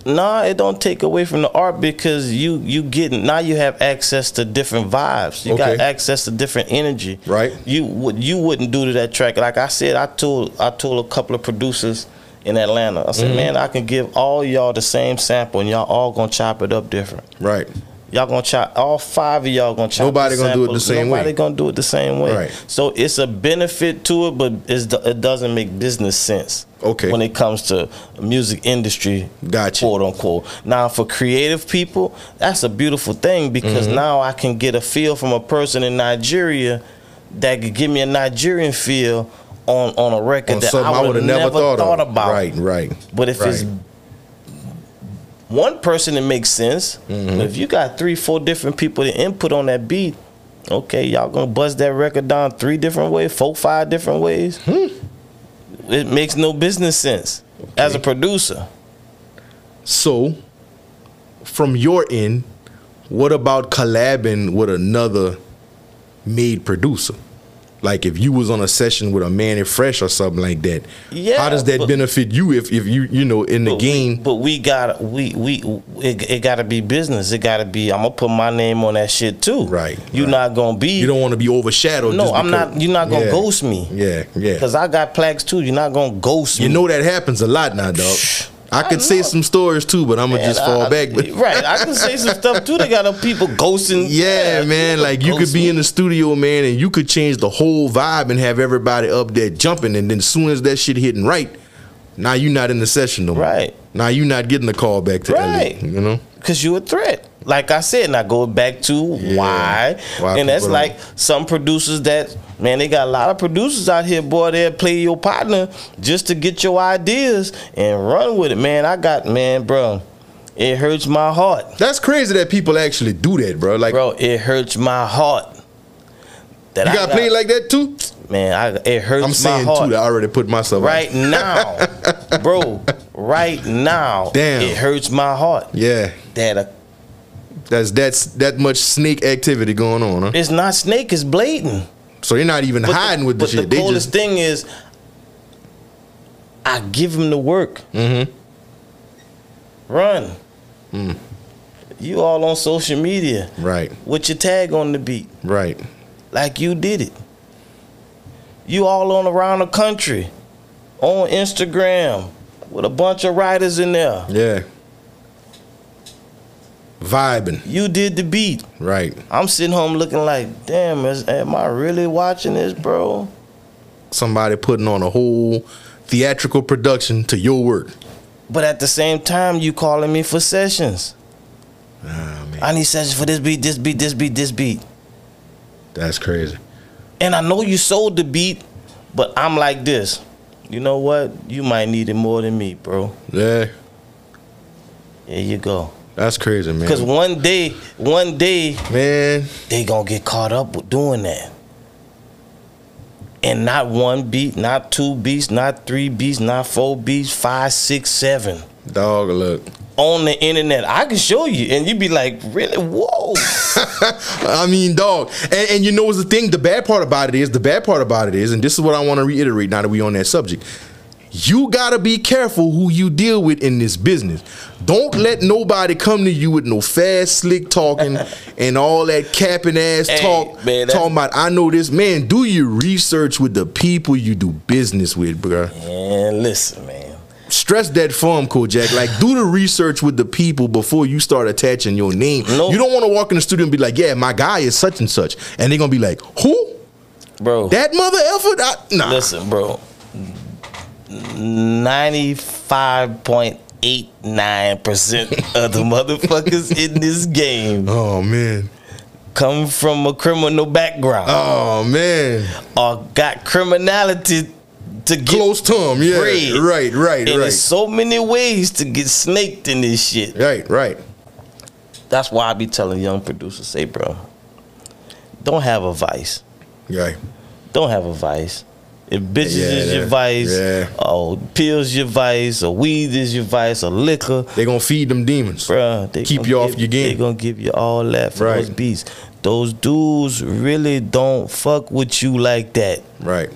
Speaker 2: Nah, it don't take away from the art because you you getting now you have access to different vibes. You got
Speaker 1: Okay.
Speaker 2: access to different energy.
Speaker 1: Right.
Speaker 2: You would you wouldn't do to that track. Like I said, I told I told a couple of producers in Atlanta. I said,
Speaker 1: Mm-hmm.
Speaker 2: man, I can give all y'all the same sample and y'all all gonna chop it up different.
Speaker 1: Right.
Speaker 2: Y'all gonna chop all five of y'all gonna chop.
Speaker 1: Nobody
Speaker 2: the
Speaker 1: gonna do it the
Speaker 2: sample.
Speaker 1: same way.
Speaker 2: Nobody gonna do it the same way.
Speaker 1: Right.
Speaker 2: So it's a benefit to it, but it's, it doesn't make business sense.
Speaker 1: Okay.
Speaker 2: When it comes to music industry,
Speaker 1: Gotcha.
Speaker 2: quote unquote. Now for creative people, that's a beautiful thing because
Speaker 1: Mm-hmm.
Speaker 2: now I can get a feel from a person in Nigeria that could give me a Nigerian feel on on a record
Speaker 1: On
Speaker 2: that
Speaker 1: something
Speaker 2: I would have never thought,
Speaker 1: of.
Speaker 2: about.
Speaker 1: Right. Right.
Speaker 2: But if it's
Speaker 1: Right.
Speaker 2: one person, it makes sense.
Speaker 1: Mm-hmm.
Speaker 2: But if you got three, four different people to input on that beat, okay, y'all gonna buzz that record down three different ways, four, five different ways.
Speaker 1: Hmm.
Speaker 2: It makes no business sense as a producer.
Speaker 1: So, from your end, What about collabing with another made producer? Like if you was on a session with a man and fresh or something like that.
Speaker 2: Yeah,
Speaker 1: How does that
Speaker 2: but-
Speaker 1: benefit you if, if you you know in the
Speaker 2: But we-
Speaker 1: game?
Speaker 2: but we got we we it, it got to be business. It got to be. I'm gonna put my name on that shit too.
Speaker 1: Right,
Speaker 2: You're
Speaker 1: right.
Speaker 2: not gonna be.
Speaker 1: you don't want to be overshadowed.
Speaker 2: No,
Speaker 1: just
Speaker 2: I'm
Speaker 1: because-
Speaker 2: not. You're not gonna
Speaker 1: Yeah.
Speaker 2: ghost me.
Speaker 1: Yeah, yeah.
Speaker 2: Cause I got plaques too. You're not gonna ghost
Speaker 1: You
Speaker 2: me.
Speaker 1: know that happens a lot now, dog. I could
Speaker 2: I
Speaker 1: say
Speaker 2: know.
Speaker 1: some stories too, but I'm gonna
Speaker 2: And
Speaker 1: just fall
Speaker 2: I-
Speaker 1: back. But
Speaker 2: right. I can say some stuff too. They got other people ghosting.
Speaker 1: Yeah, man.
Speaker 2: people
Speaker 1: Like you could
Speaker 2: ghost
Speaker 1: be
Speaker 2: me.
Speaker 1: in the studio, man, and you could change the whole vibe and have everybody up there jumping, and then as soon as that shit hitting right, now you not in the session no more.
Speaker 2: Right.
Speaker 1: Now you not getting the call back to
Speaker 2: Right.
Speaker 1: LA. You know.
Speaker 2: Cause you a threat. Like I said, and I go back to why.
Speaker 1: Why
Speaker 2: and that's
Speaker 1: people
Speaker 2: like some producers that man, they got a lot of producers out here, boy, they'll play your partner just to get your ideas and run with it. Man, I got man, bro, it hurts my heart.
Speaker 1: That's crazy that people actually do that, bro. Like
Speaker 2: Bro, it hurts my heart. That
Speaker 1: you got played like that too.
Speaker 2: man, I, it hurts
Speaker 1: I'm
Speaker 2: my
Speaker 1: saying
Speaker 2: heart.
Speaker 1: too that I already put myself out.
Speaker 2: right now, bro. Right now,
Speaker 1: Damn.
Speaker 2: it hurts my heart
Speaker 1: Yeah.
Speaker 2: that a,
Speaker 1: That's that's that much snake activity going on, huh?
Speaker 2: it's not snake, it's blatant.
Speaker 1: So you're not even
Speaker 2: But
Speaker 1: hiding
Speaker 2: the,
Speaker 1: with the
Speaker 2: but
Speaker 1: shit.
Speaker 2: the
Speaker 1: they
Speaker 2: coolest
Speaker 1: just
Speaker 2: thing is, I give him the work.
Speaker 1: Mhm.
Speaker 2: Run.
Speaker 1: Mm.
Speaker 2: You all on social media
Speaker 1: right,
Speaker 2: with your tag on the beat,
Speaker 1: right.
Speaker 2: like you did it. You all on around the country, on Instagram, with a bunch of writers in there.
Speaker 1: Yeah. Vibing,
Speaker 2: You did the beat.
Speaker 1: right.
Speaker 2: I'm sitting home looking like, damn, is, am I really watching this, bro?
Speaker 1: Somebody putting on a whole theatrical production to your work.
Speaker 2: But at the same time, you calling me for sessions.
Speaker 1: Ah man,
Speaker 2: I need sessions for this beat, this beat, this beat, this beat.
Speaker 1: that's crazy.
Speaker 2: And I know you sold the beat, but I'm like this. You know what? You might need it more than me, bro.
Speaker 1: Yeah,
Speaker 2: There you go.
Speaker 1: that's crazy, man.
Speaker 2: Cause one day, one day,
Speaker 1: man,
Speaker 2: they gonna get caught up with doing that. And not one beat, not two beats, not three beats, not four beats, five, six, seven.
Speaker 1: dog, look.
Speaker 2: on the internet. I can show you, and you'd be like, "Really? Whoa!"
Speaker 1: I mean, dog. And, and you know what's the thing? The bad part about it is, the bad part about it is, and this is what I want to reiterate now that we on that subject. You gotta be careful who you deal with in this business. Don't let nobody come to you with no fast, slick talking and all that capping ass
Speaker 2: Hey,
Speaker 1: talk.
Speaker 2: man, that's-
Speaker 1: talking about I know this man. Do your research with the people you do business with, bruh
Speaker 2: and listen, man,
Speaker 1: stress that form, Kojak. Like, do the research with the people before you start attaching your name.
Speaker 2: No.
Speaker 1: You don't want to walk in the studio and be like, "Yeah, my guy is such and such," and they're gonna be like, "Who?
Speaker 2: bro.
Speaker 1: That mother effort?" I, nah,
Speaker 2: listen, bro. Ninety-five point eight nine percent of the motherfuckers in this game
Speaker 1: Oh man.
Speaker 2: come from a criminal background
Speaker 1: Oh man.
Speaker 2: or got criminality to get.
Speaker 1: Close tum. Yeah.
Speaker 2: Bread.
Speaker 1: Right. Right.
Speaker 2: and
Speaker 1: right.
Speaker 2: there's so many ways to get snaked in this shit.
Speaker 1: right. Right.
Speaker 2: That's why I be telling young producers, say, bro, don't have a vice.
Speaker 1: Right.
Speaker 2: don't have a vice. If bitches
Speaker 1: Yeah,
Speaker 2: is your
Speaker 1: yeah,
Speaker 2: vice,
Speaker 1: yeah.
Speaker 2: or pills your vice, or weed is your vice, or liquor,
Speaker 1: They gonna feed them demons.
Speaker 2: bruh, they
Speaker 1: Keep
Speaker 2: gonna
Speaker 1: you off
Speaker 2: give-
Speaker 1: your game.
Speaker 2: They gonna give you all that for those
Speaker 1: Right.
Speaker 2: beats. Those dudes really don't fuck with you like that.
Speaker 1: Right.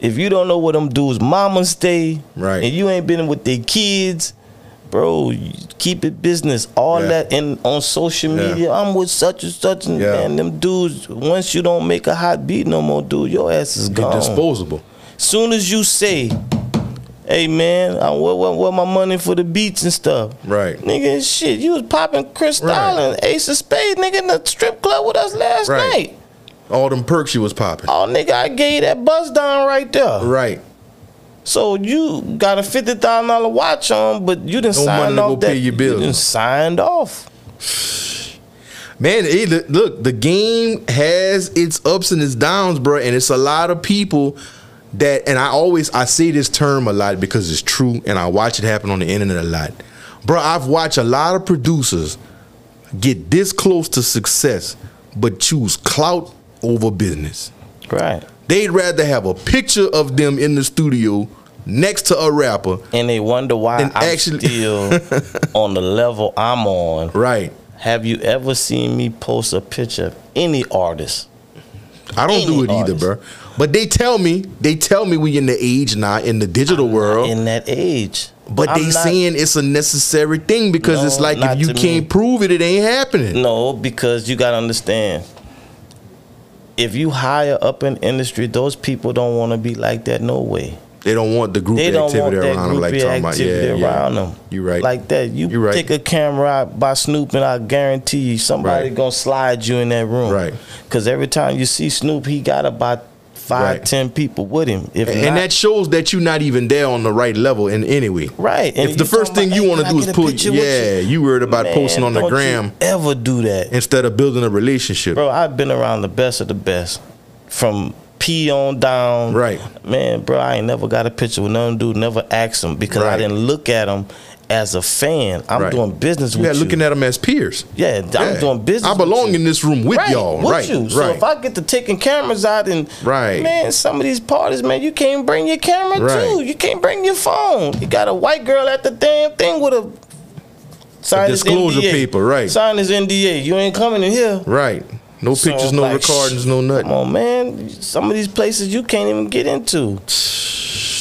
Speaker 2: If you don't know where them dudes' mama stay,
Speaker 1: Right.
Speaker 2: and you ain't been with their kids, bro, you keep it business. All
Speaker 1: Yeah.
Speaker 2: that and on social
Speaker 1: Yeah.
Speaker 2: media, I'm with such and such, and
Speaker 1: Yeah.
Speaker 2: man, them dudes. Once you don't make a hot beat no more, dude, your ass is
Speaker 1: Get
Speaker 2: gone.
Speaker 1: disposable.
Speaker 2: Soon as you say, "Hey man, I want, want, want my money for the beats and stuff,"
Speaker 1: Right.
Speaker 2: nigga, shit, you was popping Chris
Speaker 1: Right.
Speaker 2: Island, Ace of Spades, nigga, in the strip club with us last
Speaker 1: Right.
Speaker 2: night.
Speaker 1: All them perks you was popping.
Speaker 2: Oh, nigga, I gave you that buzz down right there.
Speaker 1: Right.
Speaker 2: So you got a fifty thousand dollar watch on, but you didn't
Speaker 1: No money
Speaker 2: sign
Speaker 1: to
Speaker 2: off
Speaker 1: go
Speaker 2: that
Speaker 1: pay your bills.
Speaker 2: you didn't signed off.
Speaker 1: Man, it, look, the game has its ups and its downs, bro, and it's a lot of people that and I always I say this term a lot because it's true and I watch it happen on the internet a lot. Bro, I've watched a lot of producers get this close to success but choose clout over business.
Speaker 2: Right.
Speaker 1: They'd rather have a picture of them in the studio next to a rapper.
Speaker 2: And they wonder why
Speaker 1: And
Speaker 2: I'm
Speaker 1: actually-
Speaker 2: still on the level I'm on,
Speaker 1: Right.
Speaker 2: Have you ever seen me post a picture of any artist?
Speaker 1: I don't do
Speaker 2: Any
Speaker 1: it either,
Speaker 2: artist.
Speaker 1: bro. But they tell me, they tell me we in the age now in the digital world.
Speaker 2: in that age.
Speaker 1: Oh. but
Speaker 2: I'm
Speaker 1: they
Speaker 2: not-
Speaker 1: saying it's a necessary thing because it's
Speaker 2: No,
Speaker 1: like
Speaker 2: not
Speaker 1: if you
Speaker 2: to me.
Speaker 1: can't prove it, it ain't happening.
Speaker 2: no, because you gotta understand. If you higher up in industry, those people don't want to be like that. No way.
Speaker 1: They don't want the group
Speaker 2: They don't want
Speaker 1: activity
Speaker 2: that
Speaker 1: around them,
Speaker 2: groupie
Speaker 1: like talking about yeah,
Speaker 2: activity
Speaker 1: yeah.
Speaker 2: around them.
Speaker 1: You right.
Speaker 2: Like that. You
Speaker 1: You right.
Speaker 2: take a camera out by Snoop, and I guarantee you, somebody
Speaker 1: Right.
Speaker 2: gonna slide you in that room.
Speaker 1: Right.
Speaker 2: Because every time you see Snoop, he got about five,
Speaker 1: Right.
Speaker 2: ten people with him. If
Speaker 1: and,
Speaker 2: not,
Speaker 1: that shows that you're not even there on the right level in any way.
Speaker 2: right. And
Speaker 1: If the
Speaker 2: you
Speaker 1: first
Speaker 2: talking
Speaker 1: thing you
Speaker 2: about,
Speaker 1: want
Speaker 2: "Hey,
Speaker 1: to
Speaker 2: can
Speaker 1: do
Speaker 2: I
Speaker 1: is
Speaker 2: get a
Speaker 1: pull,
Speaker 2: picture with
Speaker 1: yeah, you worried about
Speaker 2: Man,
Speaker 1: posting on the
Speaker 2: don't you
Speaker 1: gram
Speaker 2: ever do that?
Speaker 1: instead of building a relationship.
Speaker 2: bro, I've been around the best of the best, from P on down.
Speaker 1: Right.
Speaker 2: man, bro, I ain't never got a picture with none dude. Never asked him because
Speaker 1: Right.
Speaker 2: I didn't look at him as a fan. I'm
Speaker 1: Right.
Speaker 2: doing business
Speaker 1: You
Speaker 2: with
Speaker 1: had
Speaker 2: you.
Speaker 1: looking at them as peers.
Speaker 2: yeah, I'm
Speaker 1: Yeah.
Speaker 2: doing business.
Speaker 1: I belong
Speaker 2: with you.
Speaker 1: in this room with
Speaker 2: Right,
Speaker 1: y'all.
Speaker 2: with
Speaker 1: right.
Speaker 2: you.
Speaker 1: Right.
Speaker 2: So if I get to taking cameras out and
Speaker 1: Right.
Speaker 2: man, some of these parties, man, you can't bring your camera
Speaker 1: Right.
Speaker 2: too. You can't bring your phone. You got a white girl at the damn thing with a sign his
Speaker 1: disclosure
Speaker 2: NDA.
Speaker 1: paper, right.
Speaker 2: Sign his NDA. You ain't coming in here.
Speaker 1: right. No
Speaker 2: So,
Speaker 1: pictures, no
Speaker 2: like,
Speaker 1: recordings, no
Speaker 2: Come
Speaker 1: nothing.
Speaker 2: on, man. Some of these places you can't even get into.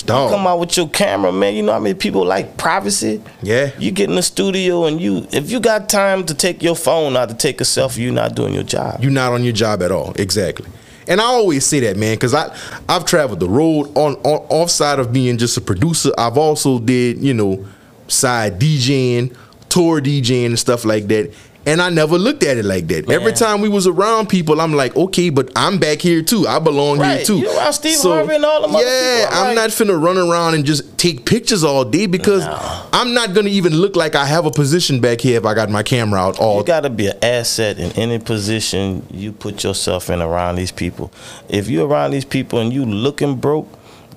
Speaker 1: Dog.
Speaker 2: Come out with your camera, man. You know how many people like privacy?
Speaker 1: Yeah.
Speaker 2: You get in the studio and you if you got time to take your phone out to take a selfie, you're not doing your job.
Speaker 1: You're not on your job at all. Exactly. And I always say that, man, because I I've traveled the road on, on off side of being just a producer. I've also did you know side DJing, tour DJing, and stuff like that. And I never looked at it like that. Every
Speaker 2: Man.
Speaker 1: time we was around people, I'm like, okay, but I'm back here too. I belong here
Speaker 2: Right.
Speaker 1: too.
Speaker 2: You around Steve Harvey and all them other
Speaker 1: Yeah,
Speaker 2: people, I'm
Speaker 1: I'm
Speaker 2: like-
Speaker 1: not finna run around and just take pictures all day because
Speaker 2: No.
Speaker 1: I'm not gonna even look like I have a position back here if I got my camera out all
Speaker 2: You gotta be an asset in any position you put yourself in around these people. If you're around these people and you looking broke,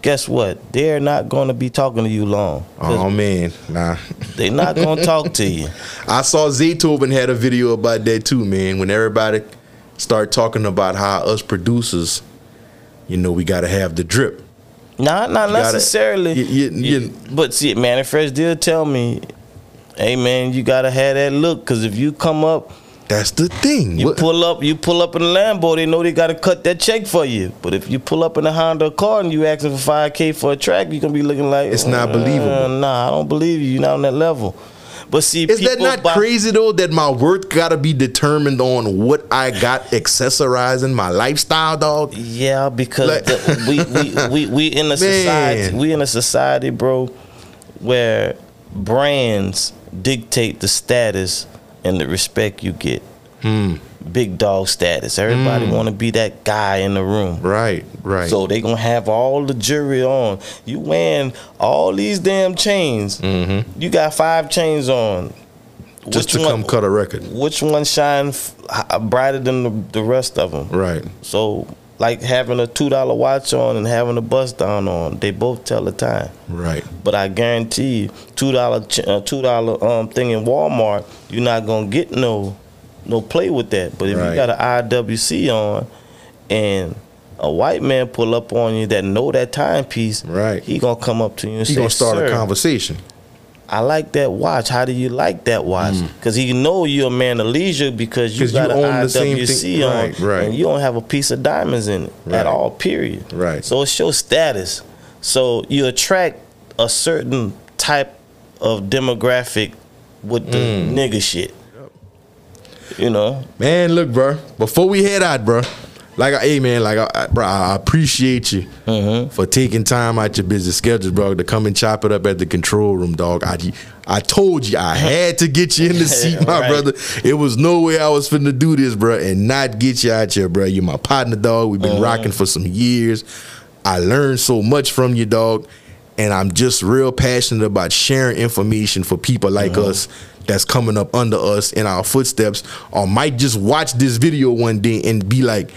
Speaker 2: guess what? They're not gonna be talking to you long.
Speaker 1: Oh man, nah.
Speaker 2: They're not gonna talk to you.
Speaker 1: I saw Zaytoven had a video about that too, man. When everybody start talking about how us producers, you know, we gotta have the drip.
Speaker 2: Nah, not
Speaker 1: gotta-
Speaker 2: necessarily.
Speaker 1: you- you-
Speaker 2: You-
Speaker 1: you-
Speaker 2: but see, man, if Fresh did tell me, hey man, you gotta have that look, cause if you come up,
Speaker 1: That's the thing.
Speaker 2: you
Speaker 1: What-
Speaker 2: pull up, you pull up in a Lambo, they know they gotta cut that check for you. But if you pull up in a Honda car and you asking for five k for a track, you gonna be looking like
Speaker 1: It's not
Speaker 2: "Uh,
Speaker 1: believable."
Speaker 2: Nah, I don't believe you. You're not on that level. But see,
Speaker 1: is that
Speaker 2: people
Speaker 1: not
Speaker 2: buy-
Speaker 1: crazy though? That my worth gotta be determined on what I got accessorizing my lifestyle, dog.
Speaker 2: Yeah, because
Speaker 1: Like-
Speaker 2: the- we, we, we, we in a society
Speaker 1: Man.
Speaker 2: we in a society, bro, where brands dictate the status and the respect you get.
Speaker 1: Hmm.
Speaker 2: Big dog status. Everybody want to be that guy in the room.
Speaker 1: Right, Hmm. right.
Speaker 2: So they gonna have all the jewelry on. You wearing all these damn chains. You got five chains on.
Speaker 1: Mm-hmm. just to
Speaker 2: one,
Speaker 1: come cut a record.
Speaker 2: Which one shine f- h- brighter than the, the rest of them?
Speaker 1: Right.
Speaker 2: So, like having a two dollar watch on and having a bust down on, they both tell the time.
Speaker 1: Right.
Speaker 2: But I guarantee you, two dollar uh, two dollar um thing in Walmart, you're not gonna get no no play with that. But if
Speaker 1: Right.
Speaker 2: you got an IWC on and a white man pull up on you that know that timepiece,
Speaker 1: Right.
Speaker 2: He gonna come up to you and
Speaker 1: You
Speaker 2: say,
Speaker 1: gonna start
Speaker 2: Sir,
Speaker 1: a conversation.
Speaker 2: I like that watch. How do you like that watch? Because he know you're a man of leisure because you
Speaker 1: Mm. 'Cause you
Speaker 2: got an
Speaker 1: own the same
Speaker 2: IWC
Speaker 1: thing-
Speaker 2: on,
Speaker 1: right, right.
Speaker 2: and you don't have a piece of diamonds in it
Speaker 1: Right.
Speaker 2: at all. Period.
Speaker 1: Right.
Speaker 2: So it's your status. So you attract a certain type of demographic with the
Speaker 1: Mm.
Speaker 2: nigga shit. You know,
Speaker 1: Man, look, bro. Before we head out, bro. Like, I, hey, man. Like, I, I, bro, I appreciate you for taking time out your busy schedule, bro, to come and chop it up at the control room, dog. I, I told you I had to get you in the seat, my
Speaker 2: Right.
Speaker 1: brother. It was no way I was finna do this, bro, and not get you out here, bro. You're my partner, dog. We've been rocking for some years. I learned so much from you, dog. And I'm just real passionate about sharing information for people like us that's coming up under us in our footsteps or might just watch this video one day and be like,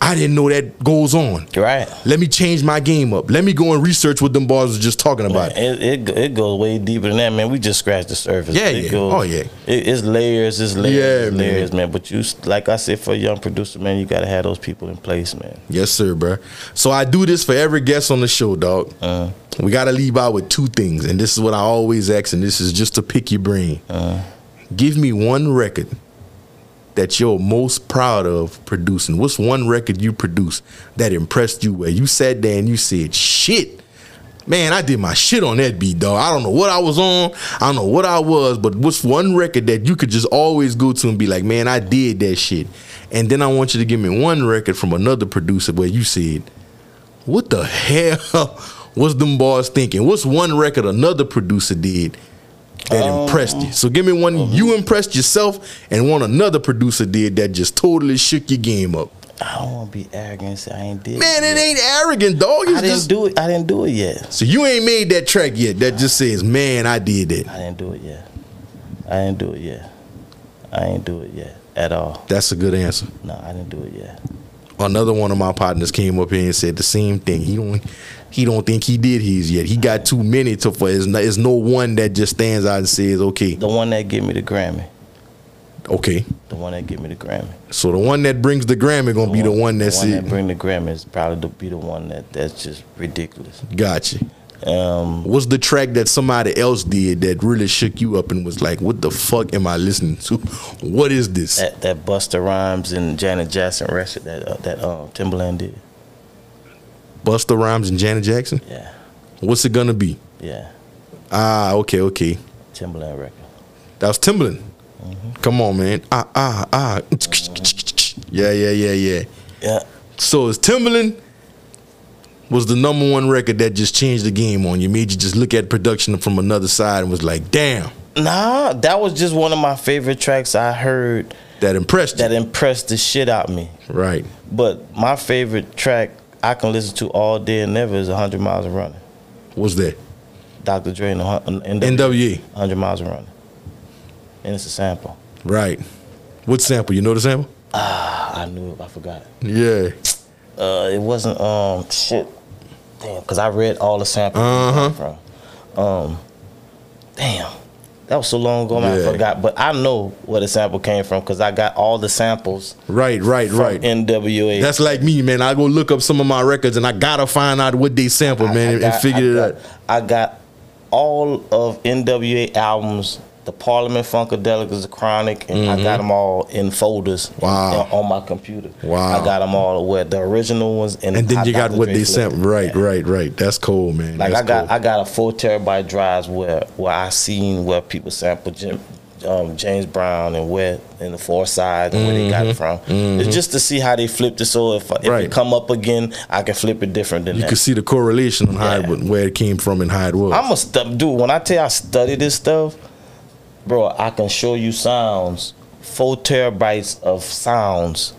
Speaker 1: I didn't know that goes on.
Speaker 2: right?
Speaker 1: Let me change my game up. Let me go and research what them bars was just talking about.
Speaker 2: It, it go- it goes way deeper than that, man. We just scratched the surface.
Speaker 1: Yeah,
Speaker 2: It
Speaker 1: yeah.
Speaker 2: goes-
Speaker 1: Oh, yeah.
Speaker 2: It, it's layers, it's layers,
Speaker 1: Yeah,
Speaker 2: it's
Speaker 1: man.
Speaker 2: layers, man. But you, s- like I said, for a young producer, man, you gotta have those people in place, man.
Speaker 1: Yes, sir, bruh. So I do this for every guest on the show, dog.
Speaker 2: Uh,
Speaker 1: We got to leave out with two things, and this is what I always ask, and this is just to pick your brain. Give me one record that you're most proud of producing? What's one record you produced that impressed you where you sat there and you said, shit, man, I did my shit on that beat, dog. I don't know what I was on. I don't know what I was, but what's one record that you could just always go to and be like, man, I did that shit. And then I want you to give me one record from another producer where you said, what the hell was them boys thinking? What's one record another producer did that
Speaker 2: Um,
Speaker 1: impressed you? So give me one you impressed yourself and one another producer did that just totally shook your game up.
Speaker 2: I don't want to be arrogant. and say I ain't did.
Speaker 1: Man,
Speaker 2: yet.
Speaker 1: it ain't arrogant, dog. It's
Speaker 2: I didn't
Speaker 1: just-
Speaker 2: do it. I didn't do it yet.
Speaker 1: so you ain't made that track yet that just says, man, I did that.
Speaker 2: I didn't do it yet. I didn't do it yet. I ain't do it yet at all.
Speaker 1: That's a good answer.
Speaker 2: No, I didn't do it yet.
Speaker 1: Another one of my partners came up here and said the same thing. He don't he don't think he did his yet. He got too many to for it's no, it's no one that just stands out and says, okay,
Speaker 2: The one that gave me the Grammy.
Speaker 1: okay.
Speaker 2: The one that gave me the Grammy.
Speaker 1: So the one that brings the Grammy gonna be the one that's
Speaker 2: Oh, the one
Speaker 1: it.
Speaker 2: that bring the Grammy is probably to be the one that that's just ridiculous.
Speaker 1: Gotcha.
Speaker 2: Um,
Speaker 1: What's the track that somebody else did that really shook you up and was like, what the fuck am I listening to? What is this?
Speaker 2: that that Buster Rhymes and Janet Jackson record that uh, that um, Timberland did.
Speaker 1: Buster Rhymes and Janet Jackson?
Speaker 2: Yeah,
Speaker 1: What's it gonna be?
Speaker 2: yeah,
Speaker 1: Ah, okay, okay.
Speaker 2: Timberland record.
Speaker 1: That was Timberland.
Speaker 2: Mm-hmm.
Speaker 1: Come on, man. Ah, ah, ah. Yeah, yeah, yeah, yeah.
Speaker 2: Yeah,
Speaker 1: So is Timberland was the number one record that just changed the game on you, made you just look at production from another side and was like, damn,
Speaker 2: nah, that was just one of my favorite tracks I heard
Speaker 1: that impressed you.
Speaker 2: that impressed the shit out me.
Speaker 1: right.
Speaker 2: But my favorite track I can listen to all day and never is 100 Miles and Running.
Speaker 1: What's that?
Speaker 2: Dr. Dre and the hun- and NW,
Speaker 1: NWA.
Speaker 2: 100 Miles and Running. And it's a sample.
Speaker 1: Right. What sample? You know the sample?
Speaker 2: I I knew it, I forgot it.
Speaker 1: Yeah.
Speaker 2: uh, it wasn't um shit. Damn, because I read all the samples
Speaker 1: Uh-huh.
Speaker 2: from. Um, damn, that was so long ago, man,
Speaker 1: Yeah.
Speaker 2: I forgot. But I know where the sample came from because I got all the samples
Speaker 1: Right, right,
Speaker 2: from
Speaker 1: right.
Speaker 2: NWA.
Speaker 1: That's like me, man. I go look up some of my records and I gotta find out what they sample, man, and, and figure
Speaker 2: I
Speaker 1: it
Speaker 2: got,
Speaker 1: out.
Speaker 2: I got all of NWA albums. The Parliament Funkadelic, the Chronic, and I got them all in folders
Speaker 1: Mm-hmm. Wow.
Speaker 2: on, on my computer.
Speaker 1: Wow.
Speaker 2: I got them all where the original ones and
Speaker 1: And
Speaker 2: I
Speaker 1: then you got
Speaker 2: Dr.
Speaker 1: what
Speaker 2: Dre
Speaker 1: they
Speaker 2: flipped.
Speaker 1: sample. Right, right, right. That's cool, man.
Speaker 2: Like
Speaker 1: That's
Speaker 2: I got
Speaker 1: cool.
Speaker 2: I got a four terabyte drives where where I seen where people sample Jim, um, James Brown and where and the four sides and where they got it from. It's just to see how they flipped it. So if if
Speaker 1: Mm-hmm. Right.
Speaker 2: it come up again, I can flip it different than
Speaker 1: you
Speaker 2: that.
Speaker 1: can see the correlation on how it,
Speaker 2: Yeah.
Speaker 1: would- where it came from and how it was.
Speaker 2: I'm a stu- dude. When I tell you I study this stuff, bro, I can show you sounds, four terabytes of sounds,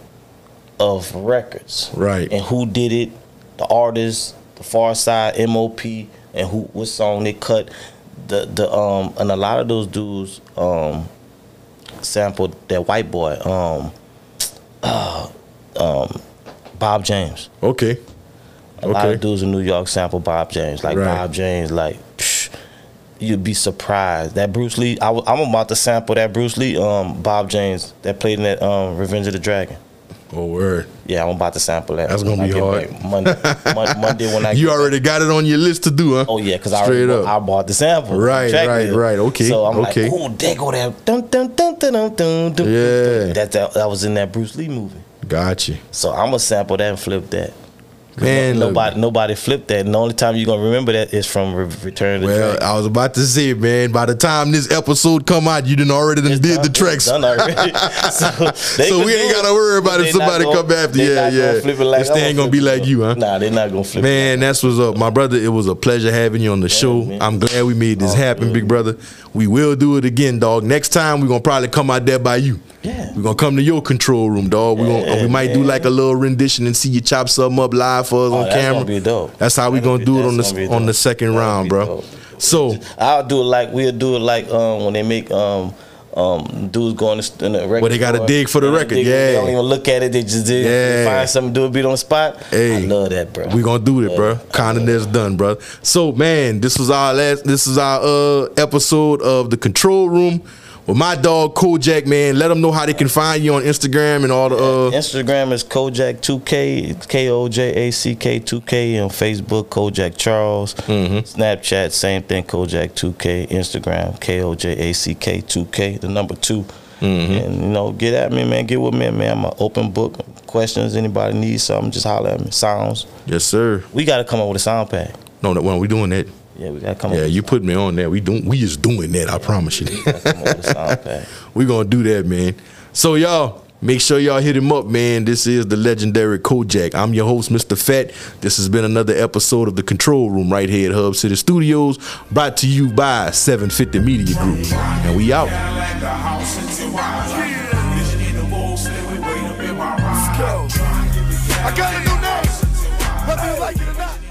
Speaker 2: of records,
Speaker 1: Right.
Speaker 2: And who did it? The artist, the Far Side, M.O.P., and who what song they cut. The the um and a lot of those dudes um sampled that white boy um uh, um Bob James.
Speaker 1: okay.
Speaker 2: A lot
Speaker 1: Okay.
Speaker 2: of dudes in New York sample Bob James. Like
Speaker 1: Right.
Speaker 2: Bob James, like psh, you'd be surprised that Bruce Lee. I, am about to sample that Bruce Lee, um, Bob James that played in that um, Revenge of the Dragon.
Speaker 1: Oh word.
Speaker 2: Yeah, I'm about to sample that.
Speaker 1: That's gonna
Speaker 2: When I
Speaker 1: be
Speaker 2: get
Speaker 1: hard.
Speaker 2: back Monday, Mon- Monday when I
Speaker 1: You
Speaker 2: get
Speaker 1: already got it on your list to do, huh?
Speaker 2: Oh yeah, because I
Speaker 1: straight
Speaker 2: already
Speaker 1: up.
Speaker 2: I bought the sample.
Speaker 1: Right,
Speaker 2: Check
Speaker 1: right,
Speaker 2: it.
Speaker 1: right. Okay,
Speaker 2: So I'm
Speaker 1: okay.
Speaker 2: like, oh, there go that. Dun, dun, dun, dun, dun, dun, dun,
Speaker 1: Yeah.
Speaker 2: That, that that was in that Bruce Lee movie.
Speaker 1: gotcha.
Speaker 2: So I'm gonna sample that and flip that.
Speaker 1: Man, look,
Speaker 2: nobody nobody flipped that. And the only time you're gonna remember that is from Re- Return of the
Speaker 1: Well,
Speaker 2: Dragon.
Speaker 1: I was about to say, man. By the time this episode come out, you done already done
Speaker 2: It's
Speaker 1: did
Speaker 2: done-
Speaker 1: the
Speaker 2: it's
Speaker 1: tracks.
Speaker 2: done already. so they
Speaker 1: So
Speaker 2: could
Speaker 1: we
Speaker 2: do
Speaker 1: ain't
Speaker 2: it,
Speaker 1: gotta worry
Speaker 2: but
Speaker 1: about if
Speaker 2: they not
Speaker 1: somebody
Speaker 2: gonna-
Speaker 1: come after.
Speaker 2: they
Speaker 1: Yeah,
Speaker 2: not gonna
Speaker 1: yeah.
Speaker 2: Flip it like
Speaker 1: This
Speaker 2: I'm
Speaker 1: thing gonna
Speaker 2: flip
Speaker 1: be
Speaker 2: it.
Speaker 1: like you, huh?
Speaker 2: Nah, they're not gonna flip it.
Speaker 1: Man, that's what's up, my brother. It was a pleasure having you on the show.
Speaker 2: man.
Speaker 1: I'm glad we made this
Speaker 2: Oh,
Speaker 1: happen,
Speaker 2: yeah.
Speaker 1: big brother. We will do it again, dog. Next time we're gonna probably come out there by you.
Speaker 2: Yeah.
Speaker 1: We're gonna come to your control room, dog. We gonna,
Speaker 2: Yeah,
Speaker 1: we might do
Speaker 2: man.
Speaker 1: like a little rendition and see you chop something up live for us on
Speaker 2: that's
Speaker 1: camera.
Speaker 2: gonna be dope.
Speaker 1: That's how we
Speaker 2: That'll
Speaker 1: gonna
Speaker 2: be-
Speaker 1: do it
Speaker 2: that's
Speaker 1: on
Speaker 2: gonna be
Speaker 1: the on the
Speaker 2: dope.
Speaker 1: second
Speaker 2: That'll
Speaker 1: round,
Speaker 2: be
Speaker 1: bro.
Speaker 2: dope.
Speaker 1: So
Speaker 2: I'll do it like we'll do it like um when they make um um dudes going to in the record.
Speaker 1: Well, they gotta
Speaker 2: store.
Speaker 1: dig for the
Speaker 2: They
Speaker 1: record,
Speaker 2: dig it.
Speaker 1: yeah.
Speaker 2: They don't even look at it. They just dig.
Speaker 1: Yeah.
Speaker 2: They find something, do a beat on the spot.
Speaker 1: Hey,
Speaker 2: I love that, bro.
Speaker 1: We gonna do it, bro. Kinda that's done, bro. So man, this was our last. This is our uh episode of the control room with my dog Kojak. Man, let them know how they can find you on Instagram and all the uh.
Speaker 2: Instagram is Kojak2K, it's K O J A C K 2K, and Facebook Kojak Charles.
Speaker 1: Mm-hmm.
Speaker 2: Snapchat, same thing, Kojak2K. Instagram, K O J A C K 2K, the number 2
Speaker 1: Mm-hmm.
Speaker 2: And you know, get at me, man. Get with me, man. I'm an open book. Questions, anybody needs something, just holler at me. Sounds.
Speaker 1: Yes, sir.
Speaker 2: We got to come up with a sound pack.
Speaker 1: No, no, well, we doing that.
Speaker 2: Yeah, we got to come
Speaker 1: Yeah,
Speaker 2: up.
Speaker 1: you put me on that. We doing, we is doing that. I promise you.
Speaker 2: gotta come up with a sound pack.
Speaker 1: we gonna do that, man. So y'all, make sure y'all hit him up, man. This is the legendary Kojak. I'm your host, Mr. Fat. This has been another episode of the Control Room right here at Hub City Studios, brought to you by 750 Media Group, and we out.
Speaker 3: down like the house in Tijuana. Vision in the walls, then we wait up in my ride.
Speaker 4: I got a new name, whether you like it or not.